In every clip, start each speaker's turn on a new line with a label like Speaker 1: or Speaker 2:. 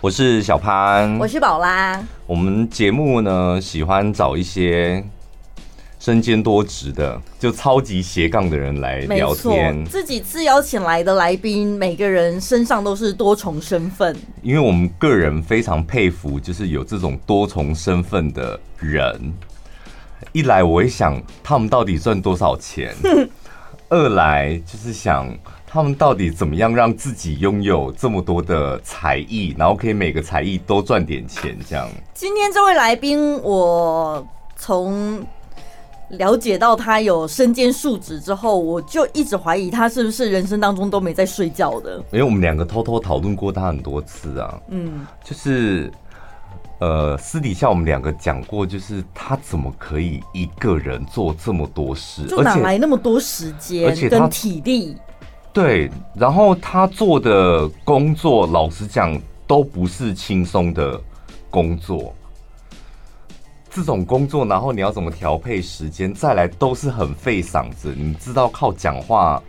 Speaker 1: 我是小潘，
Speaker 2: 我是宝拉，
Speaker 1: 我们节目呢喜欢找一些身兼多职的，就超级斜杠的人来
Speaker 2: 没
Speaker 1: 聊
Speaker 2: 错
Speaker 1: 天，，
Speaker 2: 自己自邀请来的来宾，每个人身上都是多重身份，
Speaker 1: 因为我们个人非常佩服，就是有这种多重身份的人。一来我会想他们到底赚多少 钱，二来就是想他们到底怎么样让自己拥有这么多的才艺，然后可以每个才艺都赚点钱这样。
Speaker 2: 今天这位来宾，我从了解到他有身兼数职之后，我就一直怀疑他是不是人生当中都没在睡觉的。
Speaker 1: 因为我们两个偷偷讨论过他很多次啊，
Speaker 2: 嗯，
Speaker 1: 就是呃私底下我们两个讲过，就是他怎么可以一个人做这么多事，
Speaker 2: 就
Speaker 1: 而
Speaker 2: 哪
Speaker 1: 且
Speaker 2: 来那么多时
Speaker 1: 而
Speaker 2: 间
Speaker 1: 且他
Speaker 2: 跟体力？
Speaker 1: 对，然后他做的工作，老实讲都不是轻松的工作。这种工作，然后你要怎么调配时间，再来都是很费嗓子。你知道靠讲话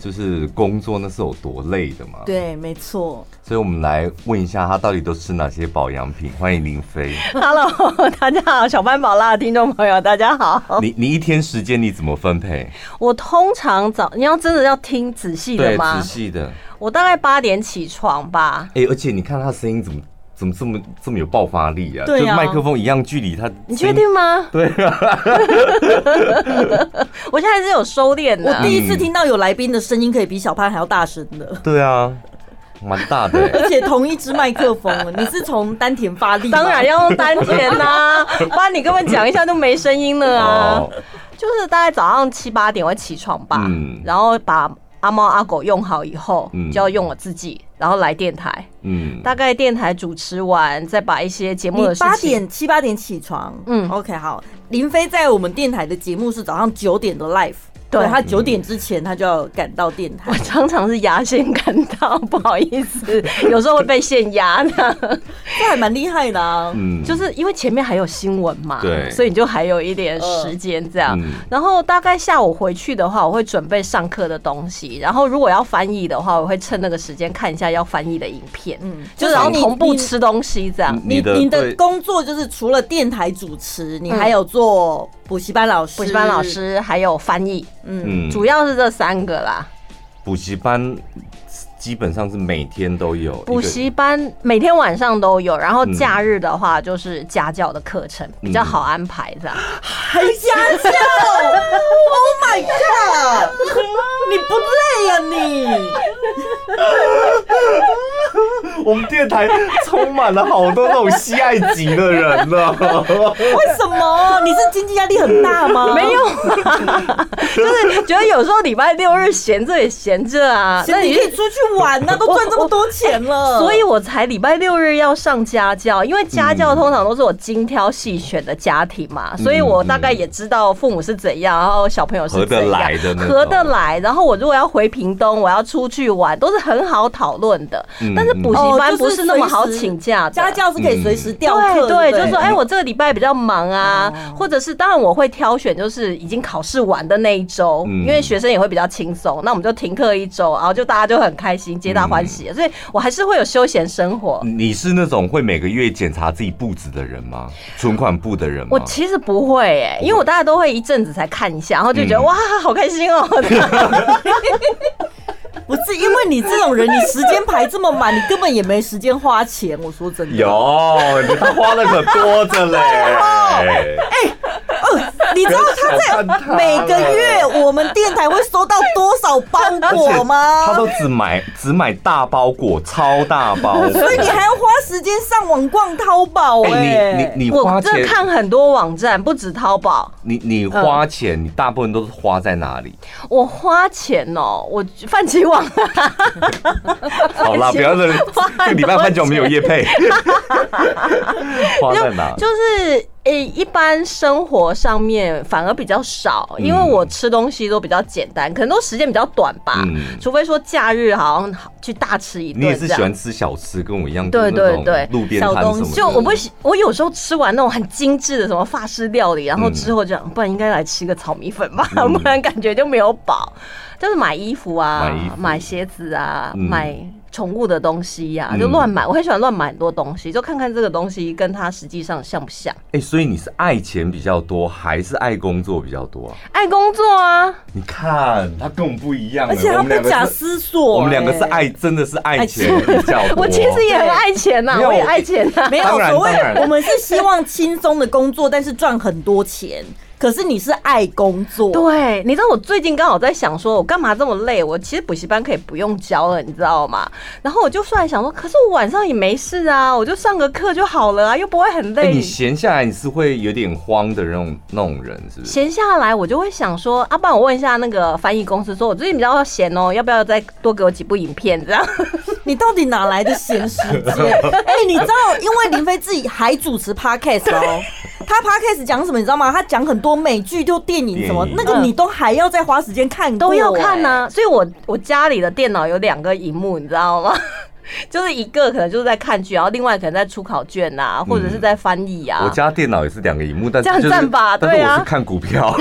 Speaker 1: 就是工作那是有多累的吗？
Speaker 2: 对，没错。
Speaker 1: 所以我们来问一下他到底都吃哪些保养品。欢迎林飞，
Speaker 3: Hello，大 家好，小班宝拉的听众朋友，大家好。
Speaker 1: 你你一天时间你怎么分配？
Speaker 3: 我通常早，你要真的要听仔细的吗
Speaker 1: 仔？细的。
Speaker 3: 我大概八点起床吧。
Speaker 1: 哎、而且你看他声音怎么怎么这么这么有爆发力啊？
Speaker 3: 对啊
Speaker 1: 就麦克风一样距离他。
Speaker 3: 你确定？吗？
Speaker 1: 对啊，
Speaker 3: 我现在还是有收敛
Speaker 2: 我
Speaker 3: 的、
Speaker 2: 第一次听到有来宾的声音可以比小潘还要大声的。
Speaker 1: 对啊，蛮大 的、欸。
Speaker 2: 而且同一支麦克风，你是从丹田发力吗，
Speaker 3: 当然要用丹 田呐、不然你根本讲一下就没声音了啊。
Speaker 1: 哦，
Speaker 3: 就是大概早上七八点我会起床吧，
Speaker 1: 嗯
Speaker 3: 然后把阿猫阿狗用好以后，
Speaker 1: 嗯
Speaker 3: 就要用我自己，然后来电台。
Speaker 1: 嗯，
Speaker 3: 大概电台主持完，再把一些节目的
Speaker 2: 你
Speaker 3: 事情
Speaker 2: 八点七八点起床，嗯
Speaker 3: 嗯
Speaker 2: ，OK，好。林飞在我们电台的节目是早上九点的 live，
Speaker 3: 对
Speaker 2: 对他九点之前他就要赶到电台
Speaker 3: 我。常常是压线赶到， 不好意思，有时候会被限压的，
Speaker 2: 这还蛮厉害的啊。
Speaker 1: 嗯
Speaker 3: 就是因为前面还有新闻嘛，
Speaker 1: 对
Speaker 3: 所以你就还有一点时间这样
Speaker 1: 嗯。
Speaker 3: 然后大概下午回去的话，我会准备上课的东西，然后如果要翻译的话，我会趁那个时间看一下要翻译的影片，
Speaker 2: 嗯
Speaker 3: 嗯，就然后
Speaker 2: 就是你
Speaker 3: 同步
Speaker 2: 你
Speaker 3: 吃东西这样。
Speaker 2: 你
Speaker 1: 的
Speaker 2: 你的
Speaker 1: 对
Speaker 2: 工作就是除了电台主持，你还有做补习班老师，
Speaker 3: 嗯补习班老，师还有翻译，
Speaker 2: 嗯，
Speaker 1: 嗯
Speaker 3: 主要是这三个啦。
Speaker 1: 补习班基本上是每天都有一个嗯
Speaker 3: 补习班每天晚上都有，然后假日的话就是家教的课程、比较好安排这样。
Speaker 2: 还 家教，Oh my god！你不累呀、你？
Speaker 1: 我们电台充满了好多那种西爱级的人 呢、
Speaker 2: 为什么？你是经济压力很大吗？
Speaker 3: 没有、就是 觉得有时候礼拜六日闲着也闲着啊，
Speaker 2: 那你可以出去玩呐、都赚这么多钱了，
Speaker 3: 所以我才礼拜六日要上家教，因为家教通常都是我精挑细选的家庭嘛，
Speaker 1: 嗯
Speaker 3: 所以我大概也知道父母是怎样，然后小朋友是
Speaker 1: 合得
Speaker 3: 怎样
Speaker 1: 来的那种
Speaker 3: 合得来。然后我如果要回屏东，我要出去玩，都是很好讨论的。
Speaker 1: 嗯
Speaker 3: 但是补习班
Speaker 2: 哦
Speaker 3: 不
Speaker 2: 就是
Speaker 3: 是那么好
Speaker 2: 随时
Speaker 3: 请假的，
Speaker 2: 家
Speaker 3: 啊
Speaker 2: 教是可以随时调课，
Speaker 3: 对对，
Speaker 2: 不
Speaker 3: 就说哎、
Speaker 1: 嗯
Speaker 3: 我这个礼拜比较忙啊，
Speaker 1: 哦
Speaker 3: 或者是当然我会挑选就是已经考试完的那一周，
Speaker 1: 嗯
Speaker 3: 因为学生也会比较轻松，那我们就停课一周，然后就大家就很开心，皆大欢
Speaker 1: 嗯
Speaker 3: 喜，所以我还是会有休闲生活。
Speaker 1: 你是那种会每个月检查自己步子的人吗？存款簿的人吗？
Speaker 3: 我其实不会哎、因为我大家都会一阵子才看一下，然后就觉得、
Speaker 1: 哦嗯
Speaker 3: 哇，好开心哦、
Speaker 2: 不是因为你这种人，你时间排这么满，你根本也没时间花钱。我说 真的，
Speaker 1: 有，你他花的可多着 哎嘞。
Speaker 2: 你知道他
Speaker 1: 不要小看他
Speaker 2: 在
Speaker 1: 了
Speaker 2: 每个月我们电台会收到多少包裹
Speaker 1: 他
Speaker 2: 吗？
Speaker 1: 都只买只买大包裹，超大 包。
Speaker 2: 所以你还要花时间上网逛淘宝哎、
Speaker 1: 哎， 你你你花
Speaker 3: 欸我真的
Speaker 1: 钱，
Speaker 3: 看嗯很多网站，不止淘宝，
Speaker 1: 你你花钱，你大部分都是花在哪里？
Speaker 3: 我花钱哦、我泛起网
Speaker 1: 好啦，不要这 这礼拜潘九没有夜配， 花在哪？
Speaker 3: 就是诶、一般生活上面反而比较少，
Speaker 1: 嗯
Speaker 3: 因为我吃东西都比较简单，可能都时间比较短吧。
Speaker 1: 嗯
Speaker 3: 除非说假日好像去大吃一顿，
Speaker 1: 你也是喜
Speaker 3: 这样
Speaker 1: 欢吃小吃，跟我一样，
Speaker 3: 对对对
Speaker 1: 路边摊什
Speaker 2: 小
Speaker 1: 么
Speaker 2: 东
Speaker 1: 的。
Speaker 2: 西
Speaker 3: 就我不喜，我有时候吃完那种很精致的什么法式料理，然后之后这样，不然应该来吃个炒米粉吧，
Speaker 1: 嗯
Speaker 3: 不然感觉就没有饱。就是买衣服啊，
Speaker 1: 买衣服
Speaker 3: 鞋子啊，
Speaker 1: 嗯
Speaker 3: 买宠物的东西呀、
Speaker 1: 嗯
Speaker 3: 就乱买。我很喜欢乱买很多东西，就看看这个东西跟它实际上像不像。
Speaker 1: 哎、所以你是爱钱比较多，还是爱工作比较多啊？
Speaker 3: 爱工作啊，
Speaker 1: 你看他跟我们不一样了，
Speaker 2: 而且
Speaker 1: 我
Speaker 2: 他
Speaker 1: 们
Speaker 2: 不
Speaker 1: 两个
Speaker 2: 假
Speaker 1: 是，
Speaker 2: 思索、
Speaker 1: 我们两个是
Speaker 2: 哎
Speaker 1: 爱，真的是爱
Speaker 2: 爱
Speaker 1: 钱比较多。
Speaker 3: 欸
Speaker 1: 啊
Speaker 3: 我其实也很爱钱呐、
Speaker 1: 没有
Speaker 3: 我也爱钱呐、
Speaker 2: 没有
Speaker 1: 当然
Speaker 2: 所谓
Speaker 1: 当然，
Speaker 2: 我们是希望轻松的工作，但是赚很多钱。可是你是爱工作，
Speaker 3: 对，你知道我最近刚好在想说，我干嘛这么累？我其实补习班可以不用教了，你知道吗？然后我就突然想说，可是我晚上也没事啊，我就上个课就好了啊，又不会很
Speaker 1: 哎、
Speaker 3: 累。
Speaker 1: 你闲下来你是会有点慌的那种那种人，是不是？
Speaker 3: 闲下来，我就会想说，啊，不然我问一下那个翻译公司，说我最近比较闲哦，要不要再多给我几部影片这样？
Speaker 2: 你到底哪来的闲时 间？哎、你知道，因为林飞自己还主持 podcast 哦，他 podcast 讲什么你知道吗？他讲很多美剧、就电影什么
Speaker 1: 电，影
Speaker 2: 那个你都还要再花时间看过、
Speaker 3: 嗯都要看
Speaker 2: 哎
Speaker 3: 啊呐、所以我我家里的电脑有两个荧幕，你知道吗？ 就是一个可能就是在看剧，然后另外可能在出考卷呐、或者是在翻译啊。
Speaker 1: 嗯我家电脑也是两个荧幕，但是
Speaker 3: 这样
Speaker 1: 就是
Speaker 3: 赞吧
Speaker 1: 但是
Speaker 3: 对啊
Speaker 1: 我是看股 票，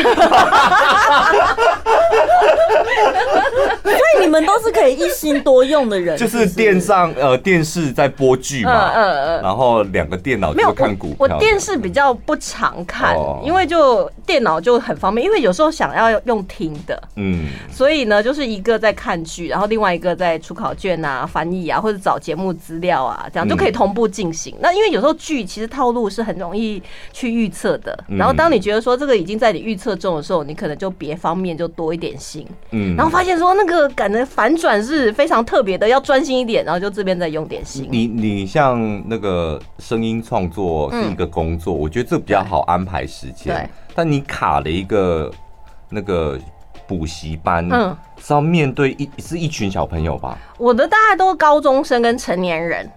Speaker 2: 所以你们都是可以一心多用的人，
Speaker 1: 就是
Speaker 2: 不
Speaker 1: 电上呃电视在播剧嘛，
Speaker 3: 嗯嗯嗯
Speaker 1: 然后两个电脑
Speaker 3: 没
Speaker 1: 就
Speaker 3: 有
Speaker 1: 会看股票
Speaker 3: 我，我电视比较不常看，
Speaker 1: 哦
Speaker 3: 因为就电脑就很方便，因为有时候想要用听的，
Speaker 1: 嗯，
Speaker 3: 所以呢，就是一个在看剧，然后另外一个在出考卷啊、翻译啊，或者找节目资料啊，这样
Speaker 1: 嗯
Speaker 3: 就可以同步进行。那因为有时候剧其实套路是很容易去预测的，
Speaker 1: 嗯
Speaker 3: 然后当你觉得说这个已经在你预测中的时候，你可能就别方面就多一点心，
Speaker 1: 嗯
Speaker 3: 然后发现说那个感觉反转是非常特别的，要专心一点，然后就这边再用点心。
Speaker 1: 你你像那个声音创作是一个工作，我觉得这比较好安排时间
Speaker 3: 嗯对。
Speaker 1: 但你卡了一个那个补习班，
Speaker 3: 嗯
Speaker 1: 是要面对一是一群小朋友吧？
Speaker 3: 我的大概都是高中生跟成年人，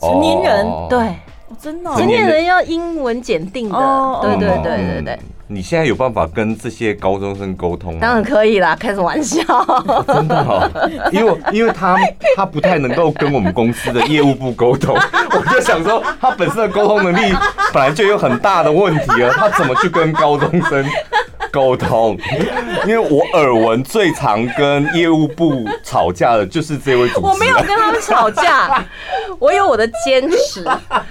Speaker 2: 成年人
Speaker 3: 对，
Speaker 2: 哦真的哦、
Speaker 1: 成
Speaker 3: 成
Speaker 1: 年
Speaker 3: 年
Speaker 1: 人
Speaker 3: 人要英文检定的
Speaker 2: 哦，
Speaker 3: 对对
Speaker 2: 哦
Speaker 3: 对对对
Speaker 1: 嗯。你现在有办法跟这些高中生沟通吗？
Speaker 3: 当然可以啦，开什么玩笑？
Speaker 1: 真的、 哦，因为我因为他他不太能够跟我们公司的业务部沟通， 我就想说他本身的沟通能力本来就有很大的问题了，他怎么去跟高中生沟通？因为我耳闻最常跟业务部吵架的就是这位主
Speaker 3: 我
Speaker 1: 持
Speaker 3: 没有
Speaker 1: 人。
Speaker 3: 跟他们吵架，我有我的坚持，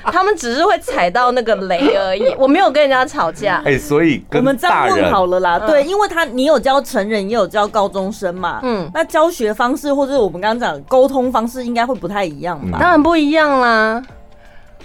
Speaker 3: 他们只是会踩到那个雷而已，我没有跟人家吵架。
Speaker 1: 哎、所以
Speaker 2: 我
Speaker 1: 跟
Speaker 2: 们这
Speaker 1: 大
Speaker 2: 样
Speaker 1: 人
Speaker 2: 问好了啦，对，因为他你有教成人，也有教高中生嘛，
Speaker 3: 嗯
Speaker 2: 嗯，那教学方式或者我们刚刚讲沟通方式应该会不太一样吧？
Speaker 3: 当然不一样啦，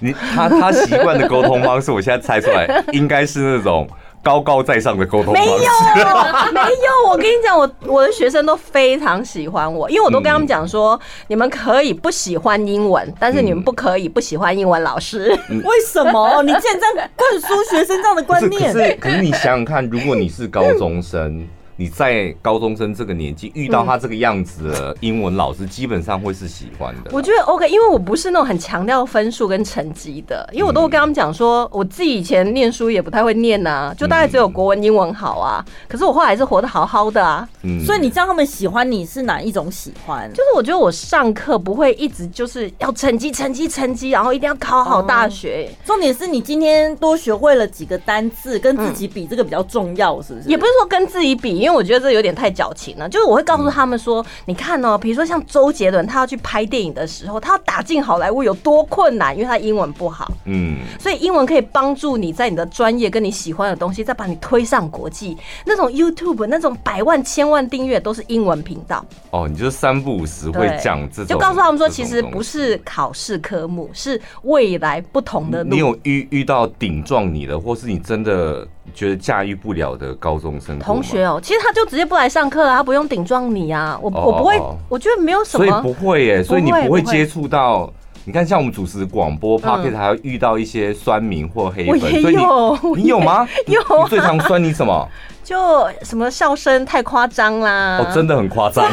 Speaker 1: 你他他习惯的沟通方式，我现在猜出来应该是那种高高在上的沟通方
Speaker 3: 没有啊
Speaker 1: 式。
Speaker 3: 没有，我跟你讲，我我的学生都非常喜欢我，因为我都跟他们讲说，你们可以不喜欢英文，但是你们不可以不喜欢英文老师。
Speaker 1: 嗯
Speaker 2: 为什么？你竟然这样灌输学生这样的
Speaker 1: 不
Speaker 2: 观
Speaker 1: 是，
Speaker 2: 念
Speaker 1: 可？是可是你想想看，如果你是高中 生，你在高中生这个年纪遇到他这个样子的英文老师，基本上会是喜欢的。
Speaker 3: 我觉得 OK，因为我不是那种很强调分数跟成绩的，因为我都会跟他们讲说，我自己以前念书也不太会念呐、就大概只有国文、英文好啊。可是我后来是活得好好的啊，
Speaker 1: 嗯
Speaker 2: 所以你知道他们喜欢你是哪一种喜欢？
Speaker 3: 就是我觉得我上课不会一直就是要成绩、成绩、成绩，然后一定要考好大学，
Speaker 2: 重点是你今天多学会了几个单字，跟自己比这个比较重要，是不是？
Speaker 3: 也不是说跟自己比，因为我觉得这有点太矫情了。就是我会告诉他们说，你看哦，比如说像周杰伦，他要去拍电影的时候，他要打进好莱坞有多困难，因为他英文不好。
Speaker 1: 嗯，
Speaker 3: 所以英文可以帮助你在你的专业跟你喜欢的东西，再把你推上国际。那种 YouTube 那种百万千万订阅都是英文频道，
Speaker 1: 哦，你就三不五时会讲这种，
Speaker 3: 就告诉他们说，
Speaker 1: 这
Speaker 3: 其
Speaker 1: 种
Speaker 3: 实
Speaker 1: 东西
Speaker 3: 不是考试科目，是未来不同的
Speaker 1: 你
Speaker 3: 路。
Speaker 1: 有遇遇到顶撞你的，或是你真的觉得驾驭不了的高中生过吗
Speaker 3: 同学，哦，其实他就直接不来上课啊了，他不用顶撞你啊，我
Speaker 1: 哦
Speaker 3: 我不会
Speaker 1: 哦哦，
Speaker 3: 我觉得没有什
Speaker 1: 所以
Speaker 3: 么
Speaker 1: 不。会耶，所以你不
Speaker 3: 不
Speaker 1: 会
Speaker 3: 会嗯
Speaker 1: 接触到。你看，像我们主持广播 p o c k e t 还要遇到一些酸民或黑
Speaker 3: 我
Speaker 1: 粉，
Speaker 3: 也
Speaker 1: 所以
Speaker 3: 有我
Speaker 1: 你你有吗？
Speaker 3: 也有啊
Speaker 1: 你最常酸你什么？
Speaker 3: 就什么笑声太夸张啦，
Speaker 1: 哦，真的很夸张。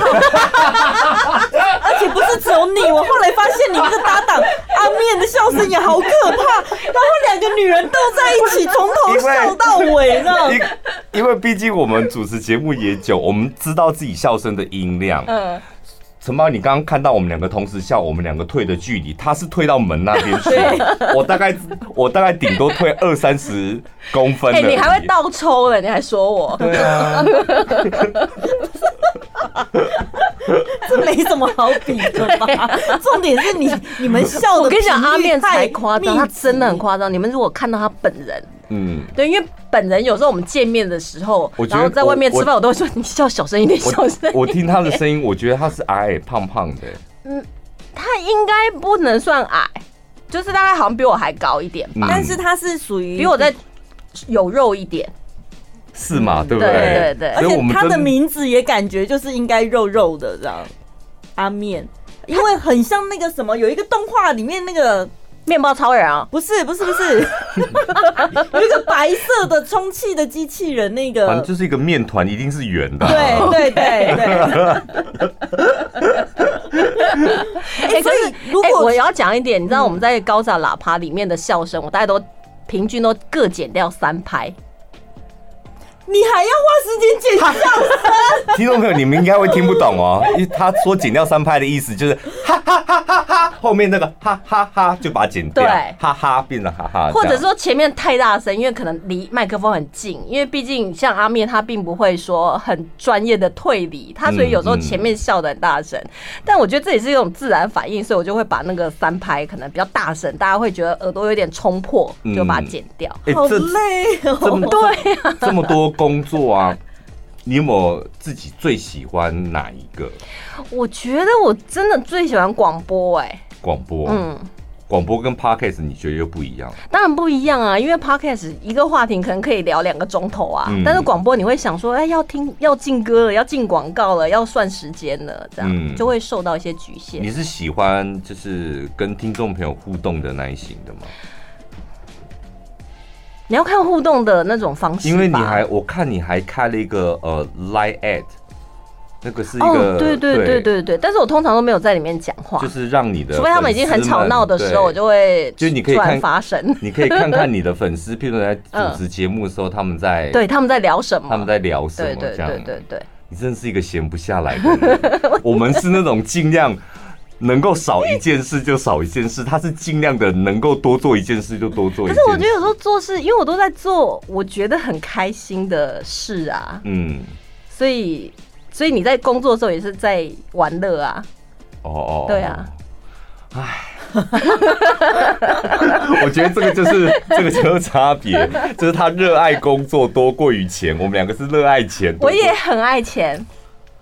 Speaker 2: 而且不是只有你，我后来发现你们的搭档阿面的笑声也好可怕，然后两个女人斗在一起，从头笑到尾，这 样。
Speaker 1: 因因为毕竟我们主持节目也久，我们知道自己笑声的音量。
Speaker 3: 嗯，
Speaker 1: 陈宝，你刚刚看到我们两个同时笑，我们两个退的距离，他是退到门那边 去，我大概我大概顶多退二三十公分 而
Speaker 3: 哎，
Speaker 1: 已啊
Speaker 3: 你还会倒抽了，你还说我，
Speaker 1: 对啊，
Speaker 2: 这没什么好比的吧？ 重点是你你们笑的，
Speaker 3: 我跟你讲，阿面才夸张，他真的很。夸张。你们如果看到他本人，
Speaker 1: 嗯，
Speaker 3: 对，因为本人有时候我们见面的时候
Speaker 1: 我，觉
Speaker 3: 然
Speaker 1: 得
Speaker 3: 后在外面
Speaker 1: 我
Speaker 3: 吃饭，我都会说你笑小声一点，小声一点。
Speaker 1: 我我听他的声音，我觉得他是矮矮胖胖 的、
Speaker 3: 他应该不能算矮，就是大概好像比我还高一点
Speaker 1: 嗯
Speaker 3: 吧，
Speaker 2: 但是他是属于
Speaker 3: 比我在有肉一点。
Speaker 1: 是嘛？对不
Speaker 3: 对对对
Speaker 2: 而
Speaker 1: 所以我
Speaker 2: 且
Speaker 1: 们
Speaker 2: 他的
Speaker 1: 真
Speaker 2: 名字也感觉就是应该肉肉的这样，阿面，因为很像那个什么，有一个动画里面那个
Speaker 3: 面包超人啊，
Speaker 2: 不是不是不是， 有一个白色的充气的机器人那
Speaker 1: 反正
Speaker 2: 个，
Speaker 1: 就是一个面团，一定是圆的、啊。
Speaker 2: 对对对 对，
Speaker 3: 哎、
Speaker 2: 所以如果嗯
Speaker 3: 哎我要讲一点，你知道我们在高炸喇叭里面的笑声，我大概都平均都各减掉三拍。
Speaker 2: 你还要花时间剪
Speaker 1: 哎
Speaker 2: 辑，
Speaker 1: 听众朋友，你们应该会听不懂哦，因为他说剪掉三拍的意思就是哈哈哈哈哈，后面那个哈哈哈就把它剪掉
Speaker 3: 对，
Speaker 1: 哈哈变成哈哈，
Speaker 3: 或
Speaker 1: 啊这
Speaker 3: 者
Speaker 1: 样嗯
Speaker 3: 说前面太大声，因为可能离麦克风很近，因为毕竟像阿面他并不会说很专业的退离，他所以有时候前面笑得很大声，
Speaker 1: 嗯
Speaker 3: 但我觉得这也是一种自然反应，所以我就会把那个三拍可能比较大声，大家会觉得耳朵有点冲破，就把它剪掉。
Speaker 1: 哎
Speaker 2: 好
Speaker 1: 这
Speaker 2: 累
Speaker 1: 这
Speaker 2: 哦。
Speaker 1: 么
Speaker 3: 对啊呀、
Speaker 1: 这么多工作啊，你有没有自己最喜欢哪一个
Speaker 3: 我觉得我真的最喜欢广播哎、
Speaker 1: 广播？
Speaker 3: 嗯，
Speaker 1: 广播跟 podcast 你觉得又不一样？
Speaker 3: 当然不一样啊，因为 podcast 一个话题可能可以聊两个钟头啊，
Speaker 1: 嗯
Speaker 3: 但是广播你会想说，哎，要听要进歌了，要进广告了，要算时间了，这样、
Speaker 1: 嗯
Speaker 3: 就会受到一些局限
Speaker 1: 你。是喜欢就是跟听众朋友互动的那一型的吗？
Speaker 3: 你要看互动的那种方式吧，
Speaker 1: 因为你还我看你还开了一个呃 line at，那个是一个、
Speaker 3: 哦，对对对对对，但是我通常都没有在里面讲话，
Speaker 1: 就是让你的，
Speaker 3: 除非他们已经很吵闹的时候，我。就会
Speaker 1: 就你可以
Speaker 3: 突然
Speaker 1: 看
Speaker 3: 发神，
Speaker 1: 你可以看看你的粉丝，譬如说在主持节目的时候，他们在
Speaker 3: 对他们在聊什么，
Speaker 1: 他们在聊什
Speaker 3: 对
Speaker 1: 么
Speaker 3: 对
Speaker 1: 这样。
Speaker 3: 对对对，
Speaker 1: 你真是一个闲不下来的 人。我们是那种尽量能够少一件事就少一件事，他是尽量的能够多做一件事就多做一
Speaker 3: 可
Speaker 1: 件
Speaker 3: 是
Speaker 1: 事。
Speaker 3: 我觉得有时候做事，因为我都在做我觉得很开心的事啊，
Speaker 1: 嗯，
Speaker 3: 所以，所以你在工作的时候也是在玩乐啊，
Speaker 1: 哦哦，哦
Speaker 3: 对啊。
Speaker 1: 我觉得这个就是这个就是差别，就是他热爱工作多过于钱，我们两个是热爱钱。
Speaker 3: 我也很爱钱，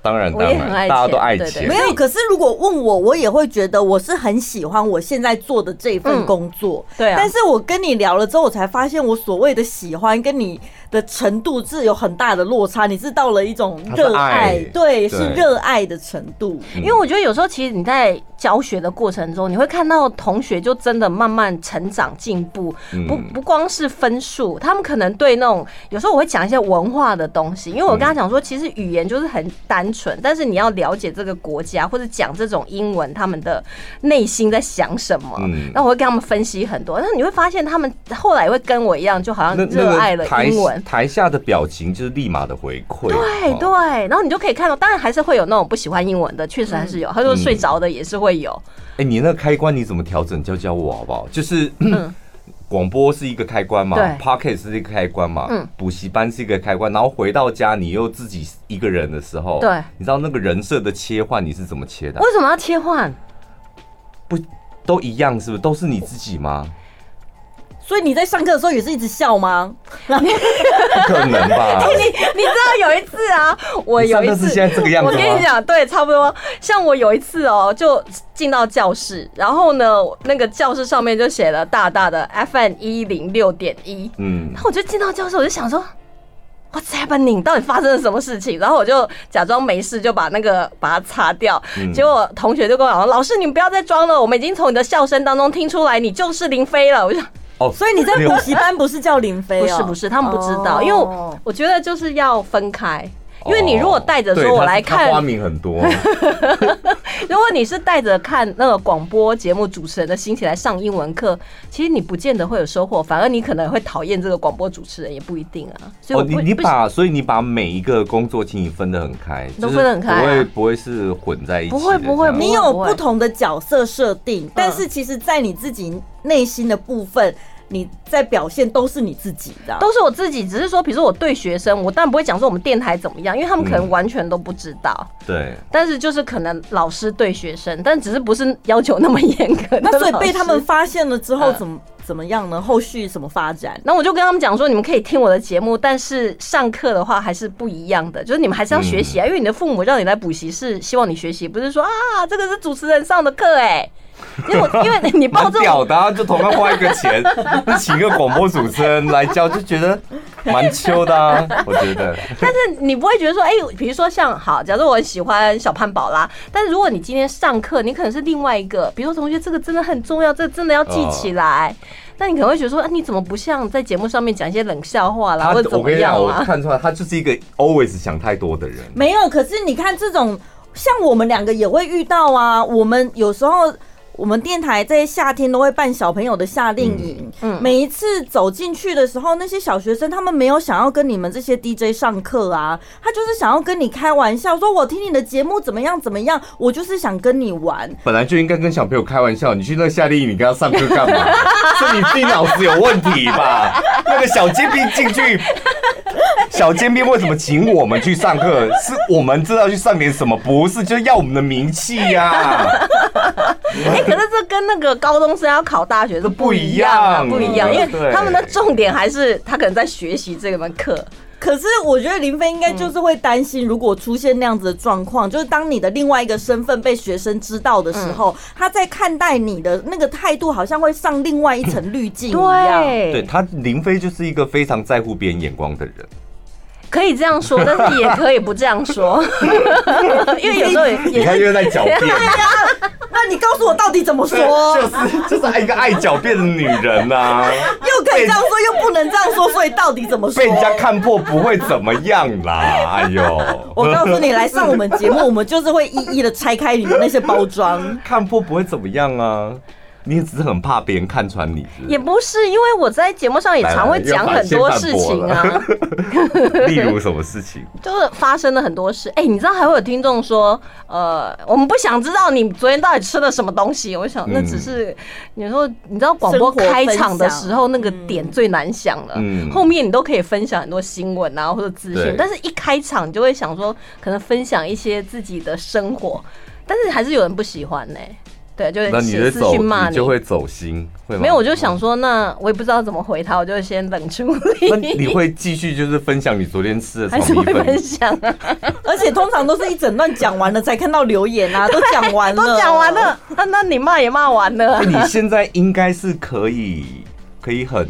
Speaker 1: 当然
Speaker 3: 我
Speaker 1: 当
Speaker 3: 也很爱
Speaker 1: 然，大家都
Speaker 3: 钱
Speaker 1: 爱
Speaker 3: 对对
Speaker 1: 钱
Speaker 2: 没。有，可是如果问我，我也会觉得我是很喜欢我现在做的这份
Speaker 3: 嗯
Speaker 2: 工作。
Speaker 3: 对啊
Speaker 2: 但是我跟你聊了之后，我才发现我所谓的喜欢跟你的程度是有很大的落差。你是到了一种
Speaker 1: 它是
Speaker 2: 热
Speaker 1: 爱
Speaker 2: 对，是
Speaker 1: 对
Speaker 2: 热爱的程度。
Speaker 1: 嗯
Speaker 3: 因为我觉得有时候其实你在教学的过程中，你会看到同学就真的慢慢成长进步，
Speaker 1: 嗯
Speaker 3: 不不光是分数，他们可能对那种有时候我会讲一些文化的东西，因为我跟他讲说，其实语言就是很单
Speaker 1: 嗯
Speaker 3: 纯，但是你要了解这个国家或者讲这种英文，他们的内心在想什么
Speaker 1: 嗯，
Speaker 3: 那我会跟他们分析很多，那你会发现他们后来会跟我一样，就好像
Speaker 1: 那那
Speaker 3: 热爱了
Speaker 1: 个台
Speaker 3: 英文。
Speaker 1: 台下的表情就是立马的回馈。
Speaker 3: 对
Speaker 1: 哦
Speaker 3: 对，然后你就可以看到，当然还是会有那种不喜欢英文的，确实还
Speaker 1: 嗯
Speaker 3: 是有。他说睡着的也是会有，
Speaker 1: 哎、你那个开关你怎么调整？教教我好不好？就是。 广播是一个开关嘛
Speaker 3: 嗯对
Speaker 1: ，Pocket 是一个开关嘛
Speaker 3: 嗯，
Speaker 1: 补习班是一个开关，然后回到家你又自己一个人的时候，
Speaker 3: 对
Speaker 1: 你知道那个人设的切换你是怎么切的啊？
Speaker 3: 为什么要切换？
Speaker 1: 不都一样是不是？都是你自己吗？
Speaker 2: 所以你在上课的时候也是一直笑吗？
Speaker 1: 不可能吧？
Speaker 3: 你知道有一次啊， 我
Speaker 1: 你
Speaker 3: 有
Speaker 1: 上
Speaker 3: 一
Speaker 1: 课是
Speaker 3: 次
Speaker 1: 现在这个样子
Speaker 3: 我
Speaker 1: 吗？
Speaker 3: 跟你讲，对，差不多。像我有一次哦，就进到教室，然后呢，那个教室上面就写了大大的 FM 一零六点一，
Speaker 1: 嗯
Speaker 3: 然，后我就进到教室，我就想说。What's happening？到底发生了什么事情？然后我就假装没事，就把那个把它擦掉。
Speaker 1: 嗯
Speaker 3: 结果同学就跟我讲：“老师，你们不要再装了，我们已经从你的笑声当中听出来你就是林飞了。”我就想
Speaker 1: 哦，
Speaker 2: 所以你在
Speaker 1: 没有
Speaker 2: 补习班不是叫林飞
Speaker 3: 不
Speaker 2: 哦？
Speaker 3: 是不是，他们不知道，因为我
Speaker 2: 哦
Speaker 3: 我觉得就是要分开。因为你如果带着
Speaker 1: 哦对
Speaker 3: 说我
Speaker 1: 他
Speaker 3: 来
Speaker 1: 他
Speaker 3: 看
Speaker 1: 花名很多，
Speaker 3: 如果你是带着看那个广播节目主持人的心情来上英文课，其实你不见得会有收获，反而你可能会讨厌这个广播主持人，也不一定啊。所
Speaker 1: 哦，
Speaker 3: 以我
Speaker 1: 你
Speaker 3: 不、
Speaker 1: 你
Speaker 3: 不
Speaker 1: 把所以你把每一个工作请你分得很开，
Speaker 3: 都
Speaker 1: 就是
Speaker 3: 分得很开啊
Speaker 1: 不会不会是混在一起的
Speaker 3: 不
Speaker 1: 这
Speaker 3: 会
Speaker 1: 样，
Speaker 3: 不会不会嗯
Speaker 2: 你有不同的角色设定，但是其实，在你自己内心的部分，你在表现都是你自己的，啊
Speaker 3: 都是我自己，只是说，比如说我对学生，我当然不会讲说我们电台怎么样，因为他们可能
Speaker 1: 嗯
Speaker 3: 完全都不知道。
Speaker 1: 对，
Speaker 3: 但是就是可能老师对学生，但只是不是要求那么严格的
Speaker 2: 那所以
Speaker 3: 老
Speaker 2: 被
Speaker 3: 师
Speaker 2: 他们发现了之后
Speaker 3: 嗯
Speaker 2: 怎么怎么样呢？后续怎么发展？
Speaker 3: 那我就跟他们讲说，你们可以听我的节目，但是上课的话还是不一样的，就是你们还是要学
Speaker 1: 嗯
Speaker 3: 习啊，因为你的父母让你来补习是希望你学习，不是说啊这个是主持人上的课哎、因为我因为你报
Speaker 1: 蛮
Speaker 3: 这
Speaker 1: 屌
Speaker 3: 种
Speaker 1: 的、啊，就同样花一个钱， 那请个广播主持人来教，就觉得蛮秋的、啊，我觉 得。
Speaker 3: 但是你不会觉得说，哎、比如说像好，假如我很喜欢小潘宝拉，但是如果你今天上课，你可能是另外一个，比如说同学，这个真的很重要，这个真的要记起
Speaker 1: 哦
Speaker 3: 来。那你可能会觉得说，啊、你怎么不像在节目上面讲一些冷笑话啦，
Speaker 1: 他
Speaker 3: 或者怎
Speaker 1: 我
Speaker 3: 么
Speaker 1: 跟你讲，
Speaker 3: 样啊
Speaker 1: 我
Speaker 3: 啦？
Speaker 1: 看出来他就是一个 always 想太多的人。
Speaker 2: 没有，可是你看这种，像我们两个也会遇到啊。我们有时候，我们电台在夏天都会办小朋友的夏令营。
Speaker 3: 嗯
Speaker 2: 每一次走进去的时候，那些小学生他们没有想要跟你们这些 DJ 上课啊，他就是想要跟你开玩笑，说我听你的节目怎么样怎么样，我就是想跟你玩。
Speaker 1: 本来就应该跟小朋友开玩笑，你去那个夏令营，你跟他上课干嘛？是你自己脑子有问题吧？那个小尖兵进去，小尖兵为什么请我们去上课？是我们知道去上点什么？不是，就是要我们的名气呀、
Speaker 3: 哎、可是这跟那个高中生要考大学是不一样啊，
Speaker 1: 不
Speaker 3: 不
Speaker 1: 一样
Speaker 3: 一样，因为
Speaker 1: 对
Speaker 3: 他们的重点还是他可能在学习这门课。
Speaker 2: 可是我觉得林飞应该
Speaker 3: 嗯
Speaker 2: 就是会担心，如果出现那样子的状况，就是当你的另外一个身份被学生知道的时
Speaker 3: 嗯
Speaker 2: 候，他在看待你的那个态度，好像会上另外一层滤镜一 样。
Speaker 1: 对他，林飞就是一个非常在乎别人眼光的人。
Speaker 3: 可以这样说，但是也可以不这样说， 因为有时候也
Speaker 1: 你
Speaker 3: 也
Speaker 1: 看
Speaker 3: 是
Speaker 1: 又在狡辩，
Speaker 2: 那你告诉我到底怎么说？
Speaker 1: 就是就是一个爱狡辩的女人呐、
Speaker 2: 又可以这样说，又不能这样说，所以到底怎么说
Speaker 1: 被？人家看破不会怎么样啦。哎呦，
Speaker 2: 我告诉你，来上我们节目，我们就是会一一的拆开你的那些包 装。
Speaker 1: 看破不会怎么样啊，你只是很怕别人看穿你是不是
Speaker 3: 也不是，因为我在节目上也常会讲很多事情啊，
Speaker 1: 例如什么事情？
Speaker 3: 就是发生了很多事。哎、你知道还会有听众说，呃，我们不想知道你昨天到底吃了什么东西。我想
Speaker 1: 嗯
Speaker 3: 那只是，你说你知道广播
Speaker 2: 生活分
Speaker 3: 开
Speaker 2: 享
Speaker 3: 场的时候那个点最难想了，
Speaker 1: 嗯
Speaker 3: 后面你都可以分享很多新闻啊或者资讯
Speaker 1: 对，
Speaker 3: 但是一开场你就会想说，可能分享一些自己的生活，但是还是有人不喜欢呢、对，就
Speaker 1: 那
Speaker 3: 会
Speaker 1: 你
Speaker 3: 写
Speaker 1: 的
Speaker 3: 私
Speaker 1: 走，
Speaker 3: 讯骂
Speaker 1: 你
Speaker 3: 你，
Speaker 1: 就会走心，会吗？
Speaker 3: 没有，我就想说，那我也不知道怎么回他，我就先冷处理。
Speaker 1: 那你会继续就是分享你昨天吃的
Speaker 3: 还
Speaker 1: 炒
Speaker 3: 是
Speaker 1: 米
Speaker 3: 会分
Speaker 1: 粉？
Speaker 3: 享啊？
Speaker 2: 而且通常都是一整段讲完了才看到留言啊，都讲完了，
Speaker 3: 都讲完。了，那那你骂也骂完 了
Speaker 1: 哎，。你现在应该是可以，可以很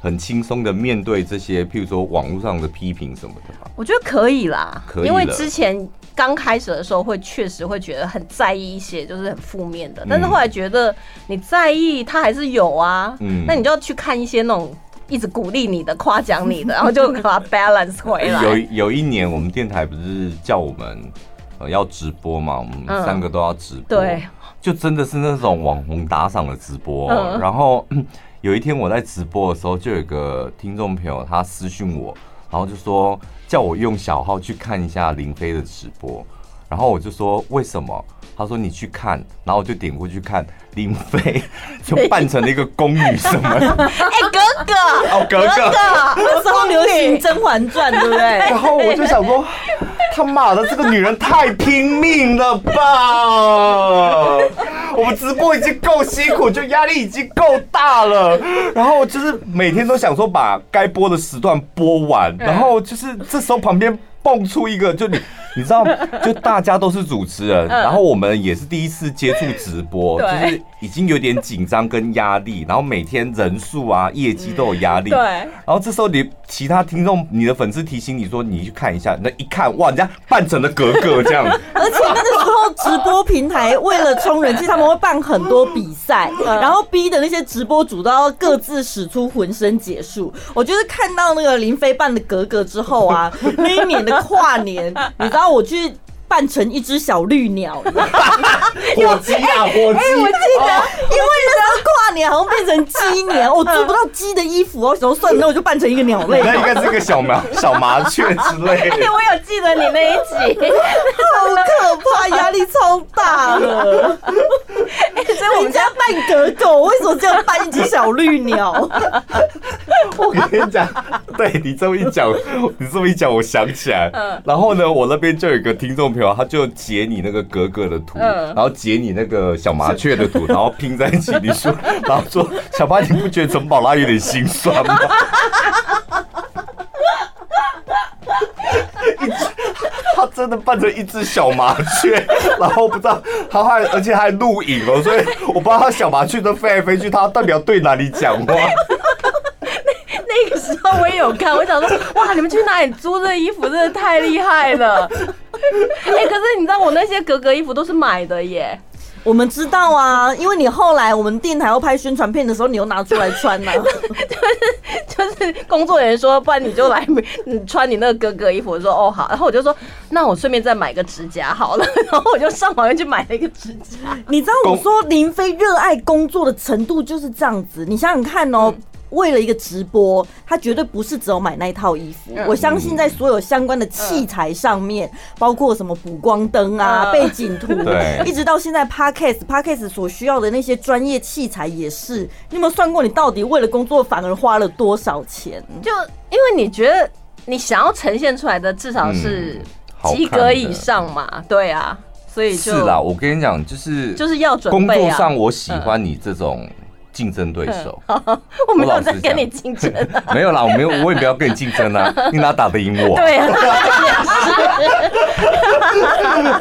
Speaker 1: 很轻松的面对这些，譬如说网络上的批评什么的吧？
Speaker 3: 我觉得可以啦，
Speaker 1: 可以了
Speaker 3: 因为之前刚开始的时候会确实会觉得很在意一些，就是很负面
Speaker 1: 嗯
Speaker 3: 的，但是后来觉得你在意它还是有啊，
Speaker 1: 嗯
Speaker 3: 那你就要去看一些那种一直鼓励你的、夸奖你的， 然后就把它 balance 回哎来。
Speaker 1: 哎有有一年，我们电台不是叫我们呃要直播嘛，我们
Speaker 3: 嗯
Speaker 1: 三个都要直播，
Speaker 3: 对，
Speaker 1: 就真的是那种网红打赏的直播哦、
Speaker 3: 嗯
Speaker 1: 然后 嗯有一天我在直播的时候，就有一个听众朋友他私讯我，然后就说叫我用小号去看一下林飞的直播，然后我就说为什么？他说你去看，然后我就点过去看，林飞 就扮成了一个宫女什么 的，
Speaker 3: 哎、哥哥，
Speaker 1: 哦格格。
Speaker 2: 那时候流 行《甄嬛传》，对不对？
Speaker 1: 然后我就想说，他妈的，这个女人太拼命了吧！我们直播已经够辛苦，就压力已经够大了。然后就是每天都想说把该播的时段播完，然后就是这时候旁边蹦出一个，就你你知道，就大家都是主持人，然后我们也是第一次接触直播，就
Speaker 3: 嗯对
Speaker 1: 是已经有点紧张跟压力，然后每天人数啊、业绩都有压力。
Speaker 3: 对。
Speaker 1: 然后这时候你其他听众、你的粉丝提醒你说你去看一下，那一看哇，人家扮成了格格这样，
Speaker 2: 而且那个时候直播平台为了冲人气，他们会办很多比赛，然后逼的那些直播主都要各自使出浑身解数。我就是看到那个林飞扮的格格之后啊，那一年的跨年，你知道我去扮成一只小绿鸟，因为
Speaker 1: 火鸡啊，火鸡！
Speaker 3: 我记得
Speaker 1: 哦
Speaker 2: 那时候跨年好像变成鸡年，我做不到鸡的衣服哦，想说哎算了，那我就扮成一个鸟类，
Speaker 1: 那应该是个小麻小麻雀之类
Speaker 3: 哎
Speaker 1: 的。
Speaker 3: 我有记得你那一集，
Speaker 2: 好可怕，压力超大 了。
Speaker 3: 欸所以
Speaker 2: 人
Speaker 3: 我们
Speaker 2: 家扮格狗，为什么这样扮一只小绿 鸟？
Speaker 1: 我跟你讲，对你这么一讲，你这么一讲，我想起来。然后呢，我那边就有一个听众朋友，他就截你那个格格的图，
Speaker 3: 嗯
Speaker 1: 然后截你那个小麻雀的图，然后拼在一起。你说， 然后说，小八，你不觉得陈宝拉有点心酸吗？ 一只他真的扮成一只小麻雀， 然后不知道他还，而且他还录影哦，所以我不知道他小麻雀都飞来飞去，他到底要对哪里讲话？
Speaker 3: 那个时候我也有看，我想说，哇，你们去哪里租这衣服，真的太厉害了。 哎、可是你知道我那些格格衣服都是买的耶，
Speaker 2: 我们知道啊，因为你后来我们电台要拍宣传片的时候，你又拿出来穿啊 呐、
Speaker 3: 就是工作人员说，不然你就来，你穿你那个格格衣服。我说哦好，然后我就说，那我顺便再买个指甲好了， 然后我就上网去买了一个指甲。
Speaker 2: 你知道我说林飞热爱工作的程度就是这样子，你想想看哦。为了一个直播，他绝对不是只有买那一套衣服。
Speaker 3: 嗯
Speaker 2: 我相信在所有相关的器材上面，包括什么补光灯啊、
Speaker 3: 嗯
Speaker 2: 背景图，
Speaker 1: 对
Speaker 2: 一直到现在 podcast podcast 所需要的那些专业器材也是。你有没有算过，你到底为了工作反而花了多少钱？
Speaker 3: 就因为你觉得你想要呈现出来的至少是
Speaker 1: 嗯好看的
Speaker 3: 及格以上嘛，对啊，所以
Speaker 1: 是
Speaker 3: 就是
Speaker 1: 啦，我跟你讲，就是
Speaker 3: 就是要准
Speaker 1: 工
Speaker 3: 备啊
Speaker 1: 作上，我喜欢你这种竞争对手。
Speaker 3: 嗯我没
Speaker 1: 我老
Speaker 3: 有
Speaker 1: 实
Speaker 3: 在跟
Speaker 1: 讲
Speaker 3: 你竞争、啊。
Speaker 1: 没有啦，我没有，我也不要跟你竞争啊，你哪打得赢我？
Speaker 3: 对啊，